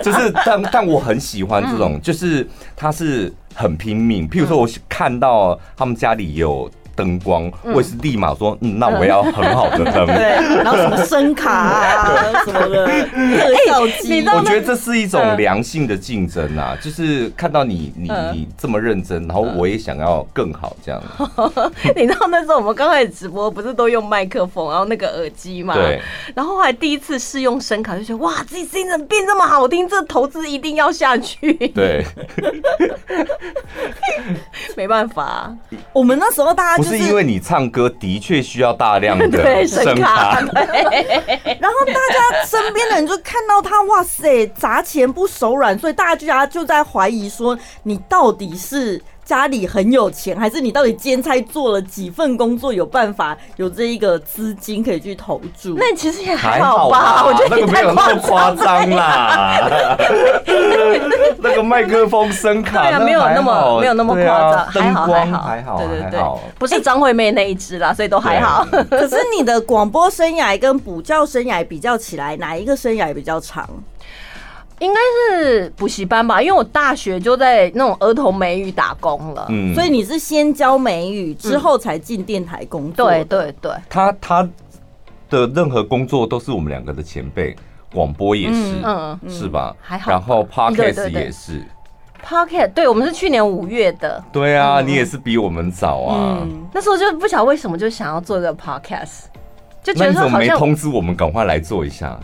Speaker 1: 就是，但但我很喜欢这
Speaker 3: 嗯
Speaker 1: 种，就是他是很拼命。譬如说，我看到他们家里有灯光，我也是立马说，嗯，那我要很好的
Speaker 3: 嗯
Speaker 1: 灯。
Speaker 2: 对，然后什么声卡啊什么的，特效机，
Speaker 3: 你知道
Speaker 1: 我
Speaker 3: 吗
Speaker 1: 觉得这是一种良性的竞争啊，就是看到你你
Speaker 3: 嗯
Speaker 1: 你这么认真，然后我也想要更好这样。
Speaker 3: 你知道那时候我们刚开始直播不是都用麦克风，然后那个耳机嘛，
Speaker 1: 对，
Speaker 3: 然后后来第一次试用声卡，就觉得哇，自己声音怎么变这么好听？这投资一定要下去，
Speaker 1: 对，
Speaker 3: 没办法、
Speaker 2: 我们那时候大家
Speaker 1: 不
Speaker 2: 就是
Speaker 1: 是因为你唱歌的确需要大量
Speaker 3: 对
Speaker 1: 的
Speaker 3: 声
Speaker 1: 声
Speaker 3: 卡
Speaker 1: 卡，
Speaker 2: 然后大家身边的人就看到他，哇塞，砸钱不手软，所以大家就在怀疑说，你到底是家里很有钱，还是你到底兼差做了几份工作，有办法有这一个资金可以去投注？
Speaker 3: 那其实也还
Speaker 1: 还
Speaker 3: 好
Speaker 1: 好
Speaker 3: 吧，
Speaker 1: 吧，
Speaker 3: 我觉得
Speaker 1: 那
Speaker 3: 你
Speaker 1: 个没
Speaker 3: 太
Speaker 1: 有
Speaker 3: 夸
Speaker 1: 那
Speaker 3: 张
Speaker 1: 么夸张 啦，那个麦克风声卡，
Speaker 3: 对啊，
Speaker 1: 那
Speaker 3: 没有那
Speaker 1: 还好
Speaker 3: 么没有那么夸
Speaker 1: 对
Speaker 3: 张，
Speaker 1: 啊
Speaker 3: 还
Speaker 1: 灯
Speaker 3: 好
Speaker 1: 光
Speaker 3: 还
Speaker 1: 还
Speaker 3: 好，
Speaker 1: 好，啊
Speaker 3: 对对
Speaker 1: 还
Speaker 3: 对
Speaker 1: 好，啊
Speaker 3: 不是张惠妹那一只啦，所以都还好。
Speaker 2: 可是你的广播生涯跟补教生涯比较起来，哪一个生涯比较长？
Speaker 3: 应该是补习班吧，因为我大学就在那种儿童美语打工了。
Speaker 1: 嗯，
Speaker 2: 所以你是先教美语，之后才进电台工作的、
Speaker 3: 对对对，
Speaker 1: 他他的任何工作都是我们两个的前辈，广播也是，
Speaker 3: 嗯
Speaker 1: 是吧？
Speaker 3: 还好吧
Speaker 1: 然后
Speaker 3: 对对
Speaker 1: podcast
Speaker 3: 对
Speaker 1: 也是，
Speaker 3: Pocket，对我们是去年五月的，
Speaker 1: 对啊，
Speaker 3: 嗯
Speaker 1: 你也是比我们早啊。
Speaker 2: 嗯，
Speaker 3: 那时候就不晓得为什么就想要做一个 Podcast，就 觉
Speaker 1: 那
Speaker 3: 得
Speaker 1: 你怎
Speaker 3: 说
Speaker 1: 么
Speaker 3: 好
Speaker 1: 没
Speaker 3: 像
Speaker 1: 通知我们赶快来做一下？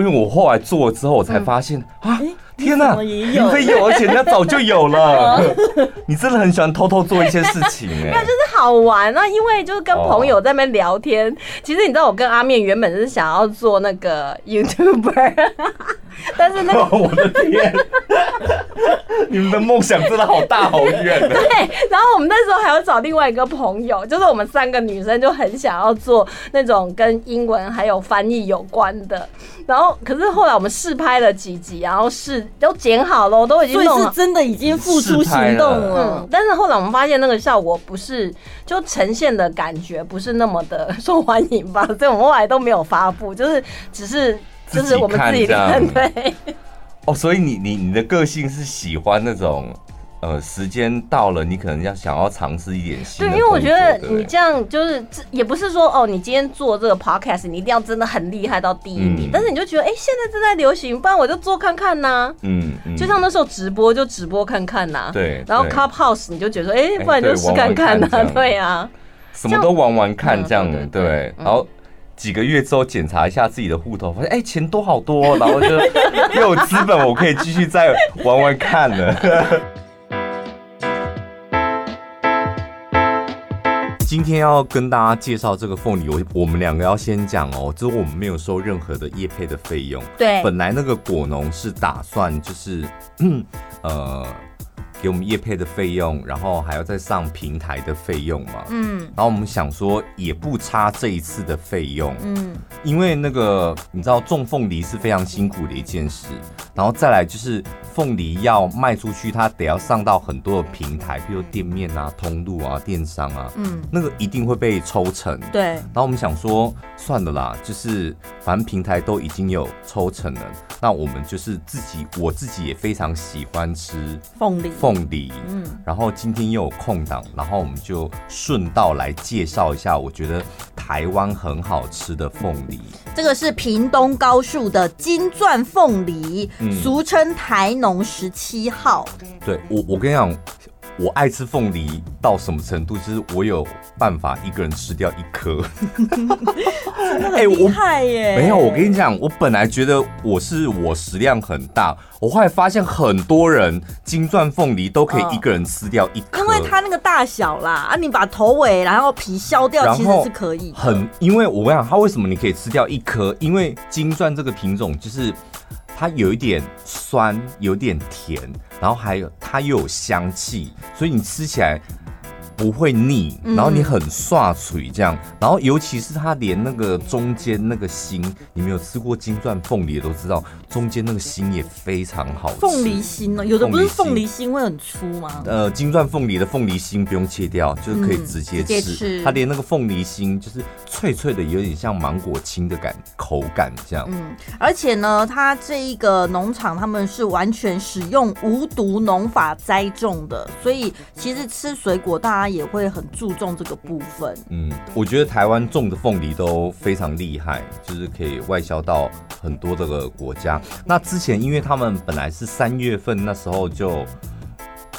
Speaker 1: 因为我后来做了之后，我才发现、
Speaker 3: 嗯
Speaker 1: 啊，天
Speaker 2: 怎
Speaker 1: 哪、
Speaker 2: 么也有
Speaker 1: 林飞有，而且人家早就有 了。 你真的很喜欢偷偷做一些事情哎、
Speaker 3: 哦就是好玩啊，因为就是跟
Speaker 1: 哦
Speaker 3: 朋友在那边聊天。其实你知道，我跟阿面原本是想要做那个 YouTuber，但是那个。
Speaker 1: 我的天，你们的梦想真的好大好远啊！
Speaker 3: 对，然后我们那时候还有找另外一个朋友，就是我们三个女生就很想要做那种跟英文还有翻译有关的。然后，可是后来我们试拍了几集，然后试都剪好了，都已经
Speaker 2: 所以
Speaker 3: 弄
Speaker 2: 是
Speaker 3: 好。
Speaker 2: 真的已经付出行动了
Speaker 3: 嗯，。但是后来我们发现那个效果不是，就呈现的感觉不是那么的 受欢迎吧，所以我们后来都没有发布，就是只是就
Speaker 1: 自己
Speaker 3: 是我们自己看
Speaker 1: 看，这
Speaker 3: 对，
Speaker 1: 哦，所以你你你的个性是喜欢那种，呃，时间到了，你可能要想要尝试一点新
Speaker 3: 对，
Speaker 1: 的
Speaker 3: 因
Speaker 1: 工作。
Speaker 3: 为我觉得
Speaker 1: 对不对
Speaker 3: 你这样就是，这也不是说哦，你今天做这个 podcast，你一定要真的很厉害到第一名，
Speaker 1: 嗯
Speaker 3: 但是你就觉得，哎、现在正在流行，不然我就做看看呐、
Speaker 1: 嗯嗯，
Speaker 3: 就像那时候直播就直播看看呐、
Speaker 1: 对
Speaker 3: 然后
Speaker 1: 对
Speaker 3: Clubhouse 你就觉得说，哎、
Speaker 1: 哎
Speaker 3: 不然就
Speaker 1: 对
Speaker 3: 试看看呐、
Speaker 1: 玩玩看这样
Speaker 3: 对啊，
Speaker 1: 什么都玩玩看这
Speaker 3: 这样
Speaker 1: 样，
Speaker 3: 嗯对对
Speaker 1: 对，然后。几个月之后检查一下自己的户头，发现哎、钱多好多哦、然后就又有资本，我可以继续再玩玩看了。 今天要跟大家介绍这个凤梨，我我们两个要先讲哦，就是我们没有收任何的业配的费用。
Speaker 3: 对
Speaker 1: 本来那个果农是打算就是， 嗯呃，给我们业配的费用，然后还要再上平台的费用嘛。
Speaker 2: 嗯
Speaker 1: 然后我们想说，也不差这一次的费用，
Speaker 2: 嗯，
Speaker 1: 因为那个你知道种凤梨是非常辛苦的一件事，然后再来就是凤梨要卖出去，它得要上到很多的平台，比如店面啊、通路啊、电商啊，
Speaker 2: 嗯，
Speaker 1: 那个一定会被抽成。
Speaker 2: 对，
Speaker 1: 然后我们想说，算了啦，就是反正平台都已经有抽成了，那我们就是自己，我自己也非常喜欢吃
Speaker 2: 凤梨，
Speaker 1: 凤梨，
Speaker 2: 嗯
Speaker 1: 嗯，然后今天又有空档，然后我们就顺道来介绍一下，我觉得台湾很好吃的凤梨，
Speaker 2: 这个是屏东高树的金钻凤梨，
Speaker 1: 嗯
Speaker 2: 俗称台农十七号。
Speaker 1: 对我，我跟你讲。我爱吃凤梨到什么程度？就是我有办法一个人吃掉一颗。
Speaker 2: 真的
Speaker 1: 哎
Speaker 2: 很
Speaker 1: 我
Speaker 2: 厉害耶、
Speaker 1: 没有，我跟你讲，我本来觉得我是我食量很大，我后来发现很多人金钻凤梨都可以一个人吃掉一颗，
Speaker 2: 嗯因为它那个大小啦，啊，你把头尾然后皮削掉，
Speaker 1: 然
Speaker 2: 其实
Speaker 1: 后
Speaker 2: 是可以的。
Speaker 1: 很，因为我跟你讲，它为什么你可以吃掉一颗？因为金钻这个品种就是它有一点酸，有点甜，然后还有它又有香气，所以你吃起来不会腻，
Speaker 2: 嗯
Speaker 1: 然后你很刷嘴这样，然后尤其是它连那个中间那个心，你们有吃过金钻凤梨的都知道，中间那个心也非常好吃。
Speaker 2: 凤梨心哦，有的不是凤
Speaker 1: 凤
Speaker 2: 梨
Speaker 1: 梨
Speaker 2: 心会很粗吗？
Speaker 1: 呃，金钻凤梨的凤梨心不用切掉，就是可以
Speaker 2: 嗯
Speaker 1: 直接
Speaker 2: 直接
Speaker 1: 吃。
Speaker 2: 吃
Speaker 1: 它连那个凤梨心就是脆脆的，有点像芒果青的感口感这样。
Speaker 2: 嗯，而且呢，它这一个农场他们是完全使用无毒农法栽种的，所以其实吃水果大家也会很注重这个部分。
Speaker 1: 嗯，我觉得台湾种的凤梨都非常厉害，就是可以外销到很多这个国家。那之前因为他们本来是三月份那时候就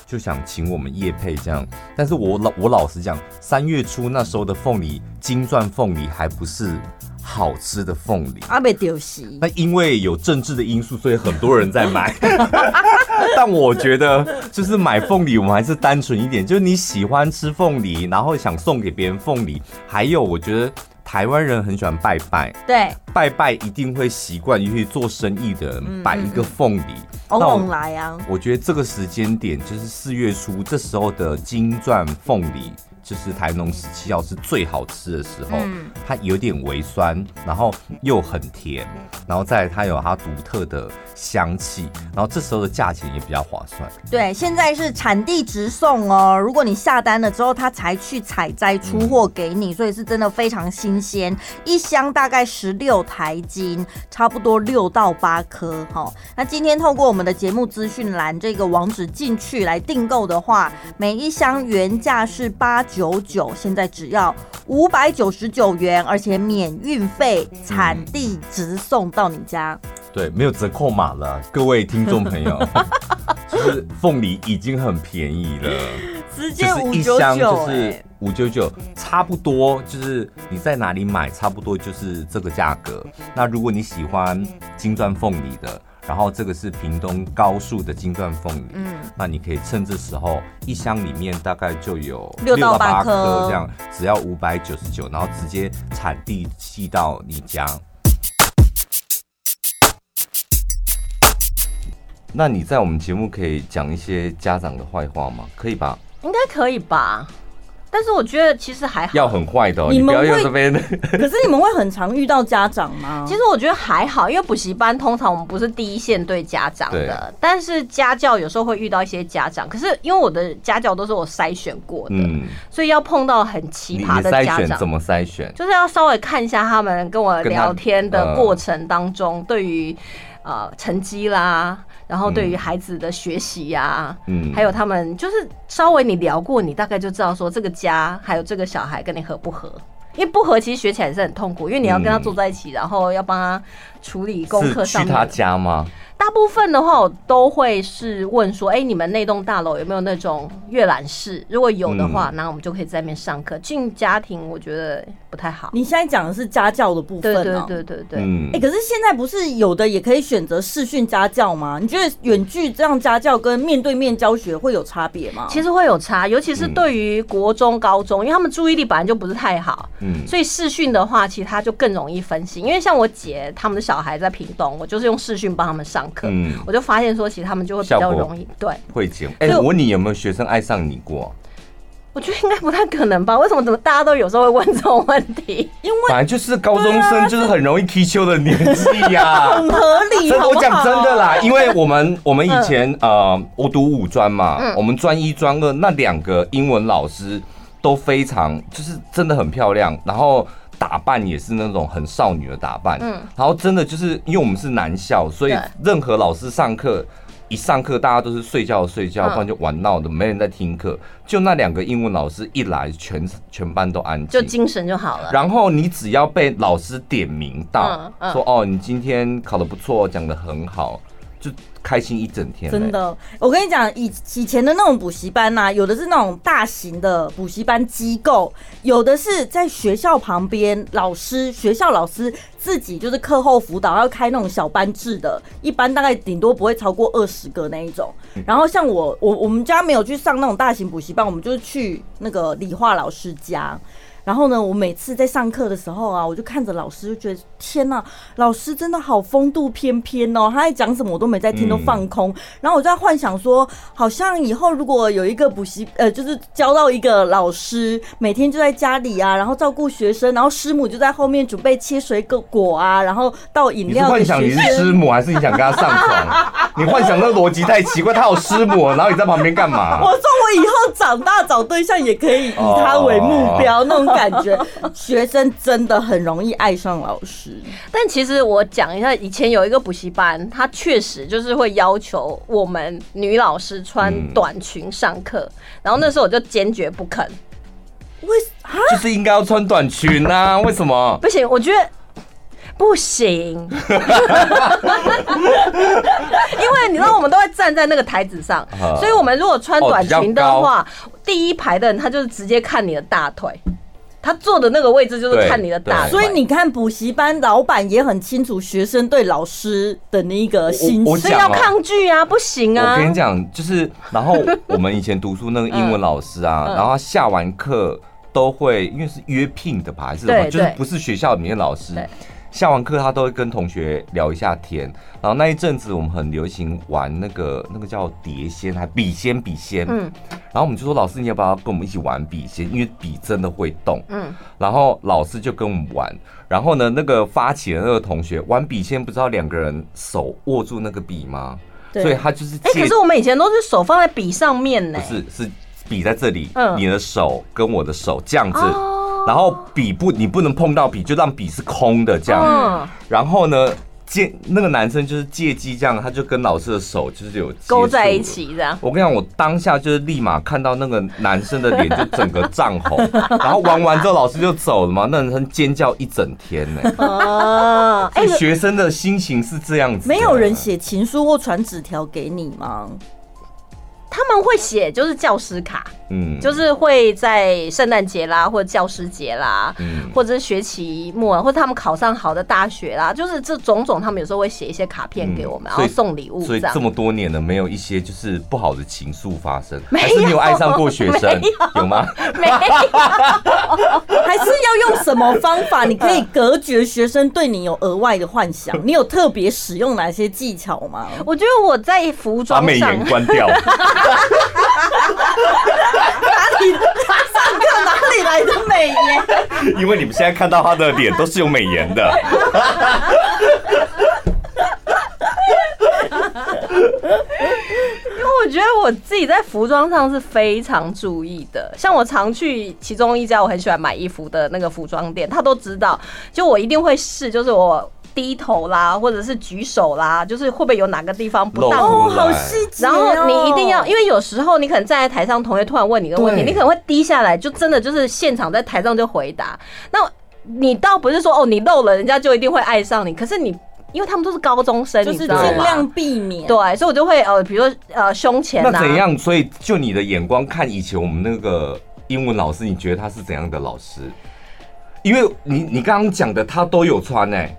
Speaker 1: 就想请我们叶配这样，但是我老我老实讲，三月初那时候的凤梨金钻凤梨还不是好吃的凤梨。
Speaker 2: 阿贝啊丢西，
Speaker 1: 那因为有政治的因素，所以很多人在买。 但我觉得，就是买凤梨，我们还是单纯一点，就是你喜欢吃凤梨，然后想送给别人凤梨。还有，我觉得台湾人很喜欢拜拜，
Speaker 2: 对，
Speaker 1: 拜拜一定会习惯于做生意的人摆一个凤梨。
Speaker 2: 偶
Speaker 1: 那
Speaker 2: 偶
Speaker 1: 我
Speaker 2: 来啊，
Speaker 1: 我觉得这个时间点就是四月初，这时候的金钻凤梨。就是台农十七号是最好吃的时候，
Speaker 2: 嗯
Speaker 1: 它有点微酸，然后又很甜，然后再来它有它独特的香气，然后这时候的价钱也比较划算。
Speaker 2: 对，现在是产地直送哦。如果你下单了之后，他才去采摘出货给你，所以是真的非常新鲜。一箱大概十六台斤，差不多六到八颗哈、哦。那今天透过我们的节目资讯栏这个网址进去来订购的话，每一箱原价是八九九，现在只要五百九十九元，而且免运费，产地直送到你家。
Speaker 1: 对，没有折扣码了，各位听众朋友，就是凤梨已经很便宜了，
Speaker 2: 直接
Speaker 1: 就是
Speaker 2: 五
Speaker 1: 一
Speaker 2: 九
Speaker 1: 箱
Speaker 2: 九，哎
Speaker 1: 就是五九九，差不多就是你在哪里买，差不多就是这个价格。那如果你喜欢金钻凤梨的，然后这个是屏东高速的金钻凤梨，
Speaker 2: 嗯。
Speaker 1: 那你可以趁这时候，一箱里面大概就有
Speaker 2: 六到八
Speaker 1: 八
Speaker 2: 颗
Speaker 1: 颗这样，只要五百九十九，然后直接产地寄到你家。那你在我们节目可以讲一些家长的坏话吗？可以吧？
Speaker 3: 应该可以吧？但是我觉得其实还好。
Speaker 1: 要很坏的、哦，
Speaker 2: 你
Speaker 1: 你不要
Speaker 2: 们会
Speaker 1: 用这边。
Speaker 2: 可是你们会很常遇到家长吗？
Speaker 3: 其实我觉得还好，因为补习班通常我们不是第一线对家长的
Speaker 1: 对，
Speaker 3: 但是家教有时候会遇到一些家长。可是因为我的家教都是我筛选过的，
Speaker 1: 嗯，
Speaker 3: 所以要碰到很奇
Speaker 1: 你你
Speaker 3: 葩的
Speaker 1: 筛
Speaker 3: 家
Speaker 1: 选
Speaker 3: 长
Speaker 1: 怎，么筛选？
Speaker 3: 就是要稍微看一下他们跟我
Speaker 1: 跟他
Speaker 3: 聊天
Speaker 1: 嗯
Speaker 3: 的过程当中，对于呃成绩啦，然后对于孩子的学习呀、
Speaker 1: 嗯
Speaker 3: 还有他们就是稍微你聊过，你大概就知道说这个家还有这个小孩跟你合不合。因为不合其实学起来是很痛苦，因为你要跟他坐在一起，然后要帮他处理功课
Speaker 1: 是
Speaker 3: 上
Speaker 1: 去
Speaker 3: 面
Speaker 1: 他
Speaker 3: 的。
Speaker 1: 家吗？
Speaker 3: 大部分的话，我都会是问说，哎、你们那栋大楼有没有那种阅览室？如果有的
Speaker 1: 嗯
Speaker 3: 话，那我们就可以在那边上课。进家庭，我觉得不太好。
Speaker 2: 你现在讲的是家教的部分
Speaker 3: 对
Speaker 2: 哦、
Speaker 3: 对对对对，
Speaker 1: 嗯
Speaker 2: 哎、，可是现在不是有的也可以选择视讯家教吗？你觉得远距这样家教跟面对面教学会有差别吗？
Speaker 3: 其实会有差，尤其是
Speaker 1: 嗯
Speaker 3: 对于国中、高中，因为他们注意力本来就不是太好，
Speaker 1: 嗯
Speaker 3: 所以视讯的话，其实他就更容易分心。因为像我姐他们的小孩在屏东，我就是用视讯帮他们上课，
Speaker 1: 嗯
Speaker 3: 我就发现说，其实他们就会比较
Speaker 1: 效果
Speaker 3: 容易对。
Speaker 1: 会剪。哎、
Speaker 3: 所以
Speaker 1: 我
Speaker 3: 我
Speaker 1: 问你有没有学生爱上你过？
Speaker 3: 我觉得应该不太可能吧？为什么怎么大家都有时候会问这种问题？
Speaker 1: 本来就是高中
Speaker 3: 啊
Speaker 1: 生，就是很容易踢球的年纪呀、
Speaker 2: 很合理，
Speaker 1: 真
Speaker 2: 好
Speaker 1: 的，
Speaker 2: 不
Speaker 1: 我
Speaker 2: 好
Speaker 1: 讲真的啦，因为我们 我们以前呃，我读五专嘛，我们专一专二那两个英文老师都非常，就是真的很漂亮，然后打扮也是那种很少女的打扮，嗯，然后真的就是因为我们是男校，所以
Speaker 3: 对
Speaker 1: 任何老师上课。一上课大家都是睡觉的睡觉，
Speaker 3: 嗯
Speaker 1: 不然就玩闹的，没人在听课。就那两个英文老师一来，全全班都安
Speaker 3: 就
Speaker 1: 静。
Speaker 3: 精神就好了。
Speaker 1: 然后你只要被老师点名到
Speaker 3: 嗯，嗯
Speaker 1: 说哦，你今天考得不错，讲得很好，就开心一整天、欸
Speaker 2: 真，的，我跟你讲，以以前的那种补习班呐、有的是那种大型的补习班机构，有的是在学校旁边，老师学校老师自己就是课后辅导，要开那种小班制的，一般大概顶多不会超过二十个那一种。然后像我，我我们家没有去上那种大型补习班，我们就是去那个理化老师家。然后呢，我每次在上课的时候啊，我就看着老师，就觉得天呐，老师真的好风度翩翩哦！他在讲什么我都没在听，
Speaker 1: 嗯
Speaker 2: 都放空。然后我就在幻想说，好像以后如果有一个补习，呃，就是教到一个老师，每天就在家里啊，然后照顾学生，然后师母就在后面准备切水果啊，然后倒饮
Speaker 1: 你是
Speaker 2: 料
Speaker 1: 幻
Speaker 2: 给
Speaker 1: 想
Speaker 2: 学
Speaker 1: 你是
Speaker 2: 生
Speaker 1: 师。母，还是你想跟他上 床？你幻想那逻辑太奇怪，他有师母，然后你在旁边干嘛
Speaker 2: 我？说我以后长大找对象也可以以他为目 标，那种感觉，学生真的很容易爱上老师。
Speaker 3: 但其实我讲一下，以前有一个补习班，他确实就是会要求我们女老师穿
Speaker 1: 嗯
Speaker 3: 短裙上课，然后那时候我就坚决不肯，
Speaker 2: 为啊，
Speaker 1: 就是应该要穿短裙啊，为什么？
Speaker 3: 不行，我觉得。不行，因为你知道我们都会站在那个台子上
Speaker 1: 啊，
Speaker 3: 所以我们如果穿
Speaker 1: 哦
Speaker 3: 短
Speaker 1: 比
Speaker 3: 裙
Speaker 1: 较
Speaker 3: 的
Speaker 1: 高
Speaker 3: 话，第一排的人他就是直接看你的大腿，他坐的那个位置就是
Speaker 1: 对
Speaker 3: 看你的大
Speaker 1: 对
Speaker 3: 腿，
Speaker 2: 所以你看补习班老板也很清楚学生对老师的那个心
Speaker 1: 我我
Speaker 3: 所
Speaker 2: 情
Speaker 3: 以。要
Speaker 1: 讲哦
Speaker 3: 抗拒啊，不行啊。
Speaker 1: 我跟你讲，就是，然后我们以前读书那个英文老师啊，
Speaker 3: 嗯嗯
Speaker 1: 然后他下完课都会，因为是约聘的吧，还是什么，
Speaker 3: 对
Speaker 1: 就是
Speaker 3: 对
Speaker 1: 不是学校里面的老师
Speaker 3: 对，
Speaker 1: 下完课他都会跟同学聊一下天。然后那一阵子我们很流行玩那个那个叫碟仙，还笔仙笔仙，
Speaker 3: 嗯
Speaker 1: 然后我们就说老师你要不要跟我们一起玩笔仙，因为笔真的会动，
Speaker 3: 嗯，
Speaker 1: 然后老师就跟我们玩，然后呢，那个发起的那个同学玩笔仙，不知道两个人手握住那个笔吗？
Speaker 2: 对
Speaker 1: 所以他就是
Speaker 3: 哎、
Speaker 1: 借
Speaker 3: 可是我们以前都是手放在笔上面呢、
Speaker 1: 不是是笔在这里，
Speaker 3: 嗯
Speaker 1: 你的手跟我的手这样子，
Speaker 3: 哦
Speaker 1: 然后笔不你不能碰到笔，就让笔是空的这样。
Speaker 3: 嗯
Speaker 1: 然后呢，借那个男生就是借机这样，他就跟老师的手就是有接触
Speaker 3: 勾在一。起这样。
Speaker 1: 我跟你讲，我当下就是立马看到那个男生的脸 就整个涨红，然后玩完之后老师就走了嘛，那男生尖叫一整天呢、
Speaker 3: 哦，哎、
Speaker 1: 所以学生的心情是这样子的，
Speaker 2: 啊没有人写情书或传纸条给你吗？
Speaker 3: 他们会写就是教师卡，
Speaker 1: 嗯，
Speaker 3: 就是是会在圣诞节啦，或者教师节啦，
Speaker 1: 嗯
Speaker 3: 或者是学期末，啊或者他们考上好的大学啦，就是这种种，他们有时候会写一些卡片给我们，
Speaker 1: 嗯
Speaker 3: 然
Speaker 1: 所以
Speaker 3: 后送礼物
Speaker 1: 所以
Speaker 3: 这样
Speaker 1: 这。么多年了，没有一些就是不好的情愫发生，
Speaker 3: 没有
Speaker 1: 还是你有爱上过学生
Speaker 3: 没有
Speaker 1: 有吗？
Speaker 3: 没有，
Speaker 2: 还是要用什么方法？你可以隔绝学生对你有额外的幻想。你有特别使用哪些技巧吗？
Speaker 3: 我觉得我在服
Speaker 1: 把
Speaker 3: 装
Speaker 1: 美
Speaker 3: 上
Speaker 1: 颜， 关掉，
Speaker 2: 上课哪里来的美颜？
Speaker 1: 因为你们现在看到他的脸都是有美颜的。
Speaker 3: 因为我觉得我自己在服装上是非常注意的。像我常去其中一家我很喜欢买衣服的那个服装店，他都知道，就我一定会试，就是我。低头啦，或者是举手啦，就是会不会有哪个地方不当
Speaker 1: 露出
Speaker 2: 哦，
Speaker 1: 来
Speaker 2: 好细节哦。
Speaker 3: 然后你一定要，因为有时候你可能站在台上，同学突然问你一个问题，
Speaker 1: 对
Speaker 3: 你可能会低下来，就真的就是现场在台上就回答。那你倒不是说哦，你漏了，人家就一定会爱上你，可是你因为他们都是高中生，
Speaker 2: 就
Speaker 3: 你
Speaker 2: 是
Speaker 3: 知
Speaker 2: 尽
Speaker 3: 道吗
Speaker 2: 量避免。
Speaker 3: 对，所以我就会呃，比如说呃胸前
Speaker 1: 那
Speaker 3: 呐、
Speaker 1: 怎样？所以就你的眼光看以前我们那个英文老师，你觉得他是怎样的老师？因为你你刚刚讲的他都有穿
Speaker 2: 嗯
Speaker 1: 哎、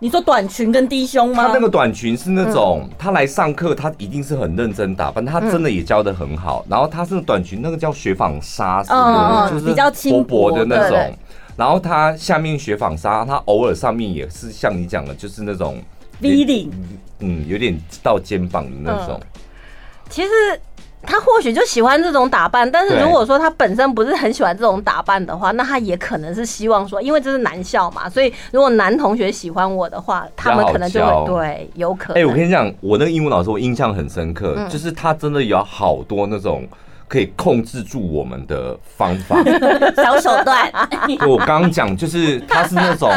Speaker 2: 你说短裙跟低胸吗？
Speaker 1: 他那个短裙是那种、
Speaker 2: 嗯
Speaker 1: 他来上课他一定是很认真打扮，他真的也教的很好。然后他是短裙那个叫雪纺纱，是不是？
Speaker 2: 嗯嗯
Speaker 1: 就是
Speaker 2: 比较轻
Speaker 1: 薄薄的
Speaker 2: 薄
Speaker 1: 那
Speaker 3: 对
Speaker 1: 种
Speaker 3: 对。
Speaker 1: 然后他下面雪纺纱，他偶尔上面也是像你讲的，就是那种
Speaker 2: V 领，嗯
Speaker 1: 嗯，有点到肩膀的那种。
Speaker 3: 其实他或许就喜欢这种打扮，但是
Speaker 1: 对
Speaker 3: 如果说他本身不是很喜欢这种打扮的话，那他也可能是希望说，因为这是男校嘛，所以如果男同学喜欢我的话，他们可能就
Speaker 1: 比较好
Speaker 3: 会
Speaker 1: 教
Speaker 3: 对，有可嗯
Speaker 1: 哎、
Speaker 3: 能。
Speaker 1: 我跟你讲，我那个英文老师，我印象很深刻，就是他真的有好多那种可以控制住我们的方 法。
Speaker 2: 小手段，
Speaker 1: 就我刚刚讲，就是他是那种，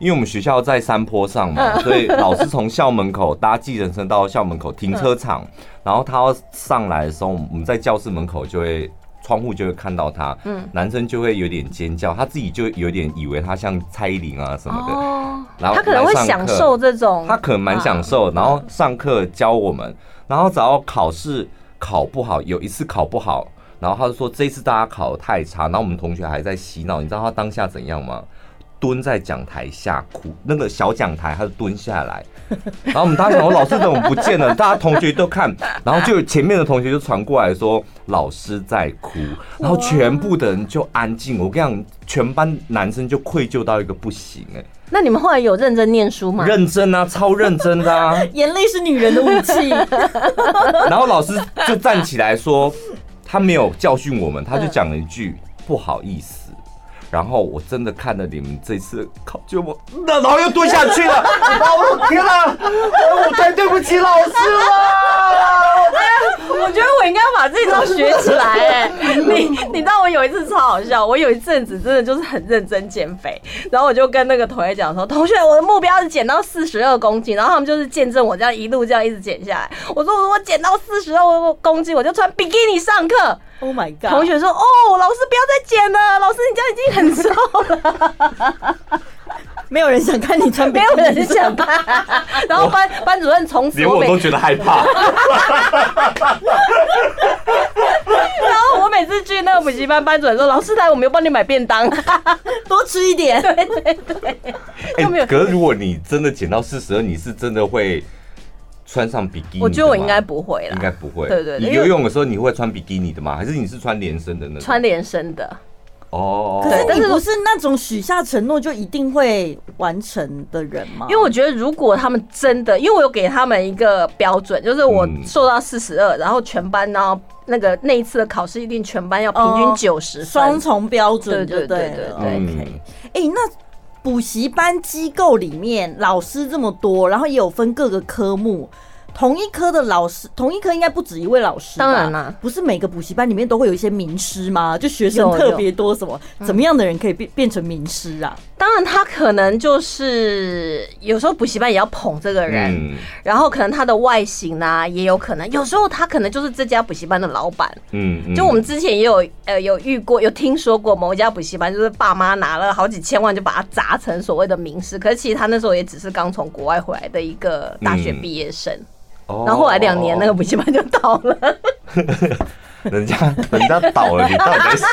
Speaker 1: 因为我们学校在山坡上嘛，
Speaker 3: 嗯
Speaker 1: 所以老师从校门口搭计程车到校门口停
Speaker 3: 嗯
Speaker 1: 车场，然后他要上来的时候，我们在教室门口就会。窗户就会看到他，
Speaker 3: 嗯
Speaker 1: 男生就会有点尖叫，他自己就有点以为他像蔡依林啊什么的，
Speaker 3: 哦，
Speaker 1: 然后
Speaker 3: 他可能会
Speaker 1: 来上
Speaker 3: 享
Speaker 1: 课
Speaker 3: 受这种，啊
Speaker 1: 他可能蛮享受，然后上课教我们，然后只要考试考不好，有一次考不好，然后他就说这一次大家考得太差，然后我们同学还在洗脑，你知道他当下怎样吗？蹲在讲台下哭，那个小讲台他就蹲下来，然后我们大家想说老师怎么不见了？大家同学都看，然后就前面的同学就传过来说老师在哭，然后全部的人就安静。我跟你讲，全班男生就愧疚到一个不行哎、
Speaker 3: 那你们后来有认真念书吗？
Speaker 1: 认真啊，超认真的啊。
Speaker 2: 眼泪是女人的武 器。
Speaker 1: 然后老师就站起来说，他没有教训我们，他就讲了一句不好意思。然后我真的看了你们这次考卷，我那然后又蹲下去 了，然后我说天啊，我太对不起老师了。
Speaker 3: 我觉得我应该把自己都学起来、 哎，你你知道我有一次超好笑，我有一阵子真的就是很认真减肥，然后我就跟那个同学讲说，同学，我的目标是减到四十二公斤，然后他们就是见证我这样一路这样一直减下来。我说我减到四十二公斤，我就穿比基尼上课。
Speaker 2: Oh my god！
Speaker 3: 同学说，哦，老师不要再减了，老师你这样已经很瘦 了。
Speaker 2: 没有人想看你穿比
Speaker 3: 没
Speaker 2: 基
Speaker 3: 有
Speaker 2: 尼，
Speaker 3: 人想看。然后班班主任从此
Speaker 1: 连
Speaker 3: 我
Speaker 1: 我
Speaker 3: 每
Speaker 1: 都觉得害 怕，
Speaker 3: 然后我每次去那个补习班，班主任说老师来，我们又帮你买 便当。
Speaker 2: 多吃一点。
Speaker 1: 哎、
Speaker 3: 都没有
Speaker 1: 可是如果你真的减到四十二，你是真的会穿上比基尼的吗？
Speaker 3: 我觉得我应该不会啦，
Speaker 1: 应该不会。
Speaker 3: 对对对
Speaker 1: 你
Speaker 3: 因为
Speaker 1: 游泳的时候你会穿比基尼的吗？还是你是穿连身的那种？
Speaker 3: 穿连身的。
Speaker 1: 哦，
Speaker 2: 可是
Speaker 3: 但
Speaker 2: 你
Speaker 3: 是
Speaker 2: 不是那种许下承诺就一定会完成的人吗？
Speaker 3: 因为我觉得如果他们真的，因为我有给他们一个标准，就是我
Speaker 1: 嗯
Speaker 3: 瘦到四十二，然后全班然后那个那一次的考试一定全班要平
Speaker 2: 哦
Speaker 3: 均九十
Speaker 2: 双
Speaker 3: 分。
Speaker 2: 重标准就
Speaker 3: 对对
Speaker 2: 对
Speaker 3: 对
Speaker 2: 了。
Speaker 3: 对
Speaker 1: 嗯
Speaker 2: OK，哎、那补习班机构里面老师这么多，然后也有分各个科目。同一科的老师，同一科应该不止一位老师吧，
Speaker 3: 当然啦
Speaker 2: 不是每个补习班里面都会有一些名师吗？就学生
Speaker 3: 有嗯
Speaker 2: 特别多，什么怎么样的人可以变变成名师啊？
Speaker 3: 当然，他可能就是有时候补习班也要捧这个人，
Speaker 1: 嗯
Speaker 3: 然后可能他的外形啊也有可能，有时候他可能就是这家补习班的老板。
Speaker 1: 嗯嗯
Speaker 3: 就我们之前也有呃有遇过，有听说过某一家补习班，就是爸妈拿了好几千万就把他砸成所谓的名师，可是其实他那时候也只是刚从国外回来的一个大学毕业生，
Speaker 1: 哦
Speaker 3: 然后后来两年那个补习班就倒了。
Speaker 1: 人家人家倒了，你到底在 想？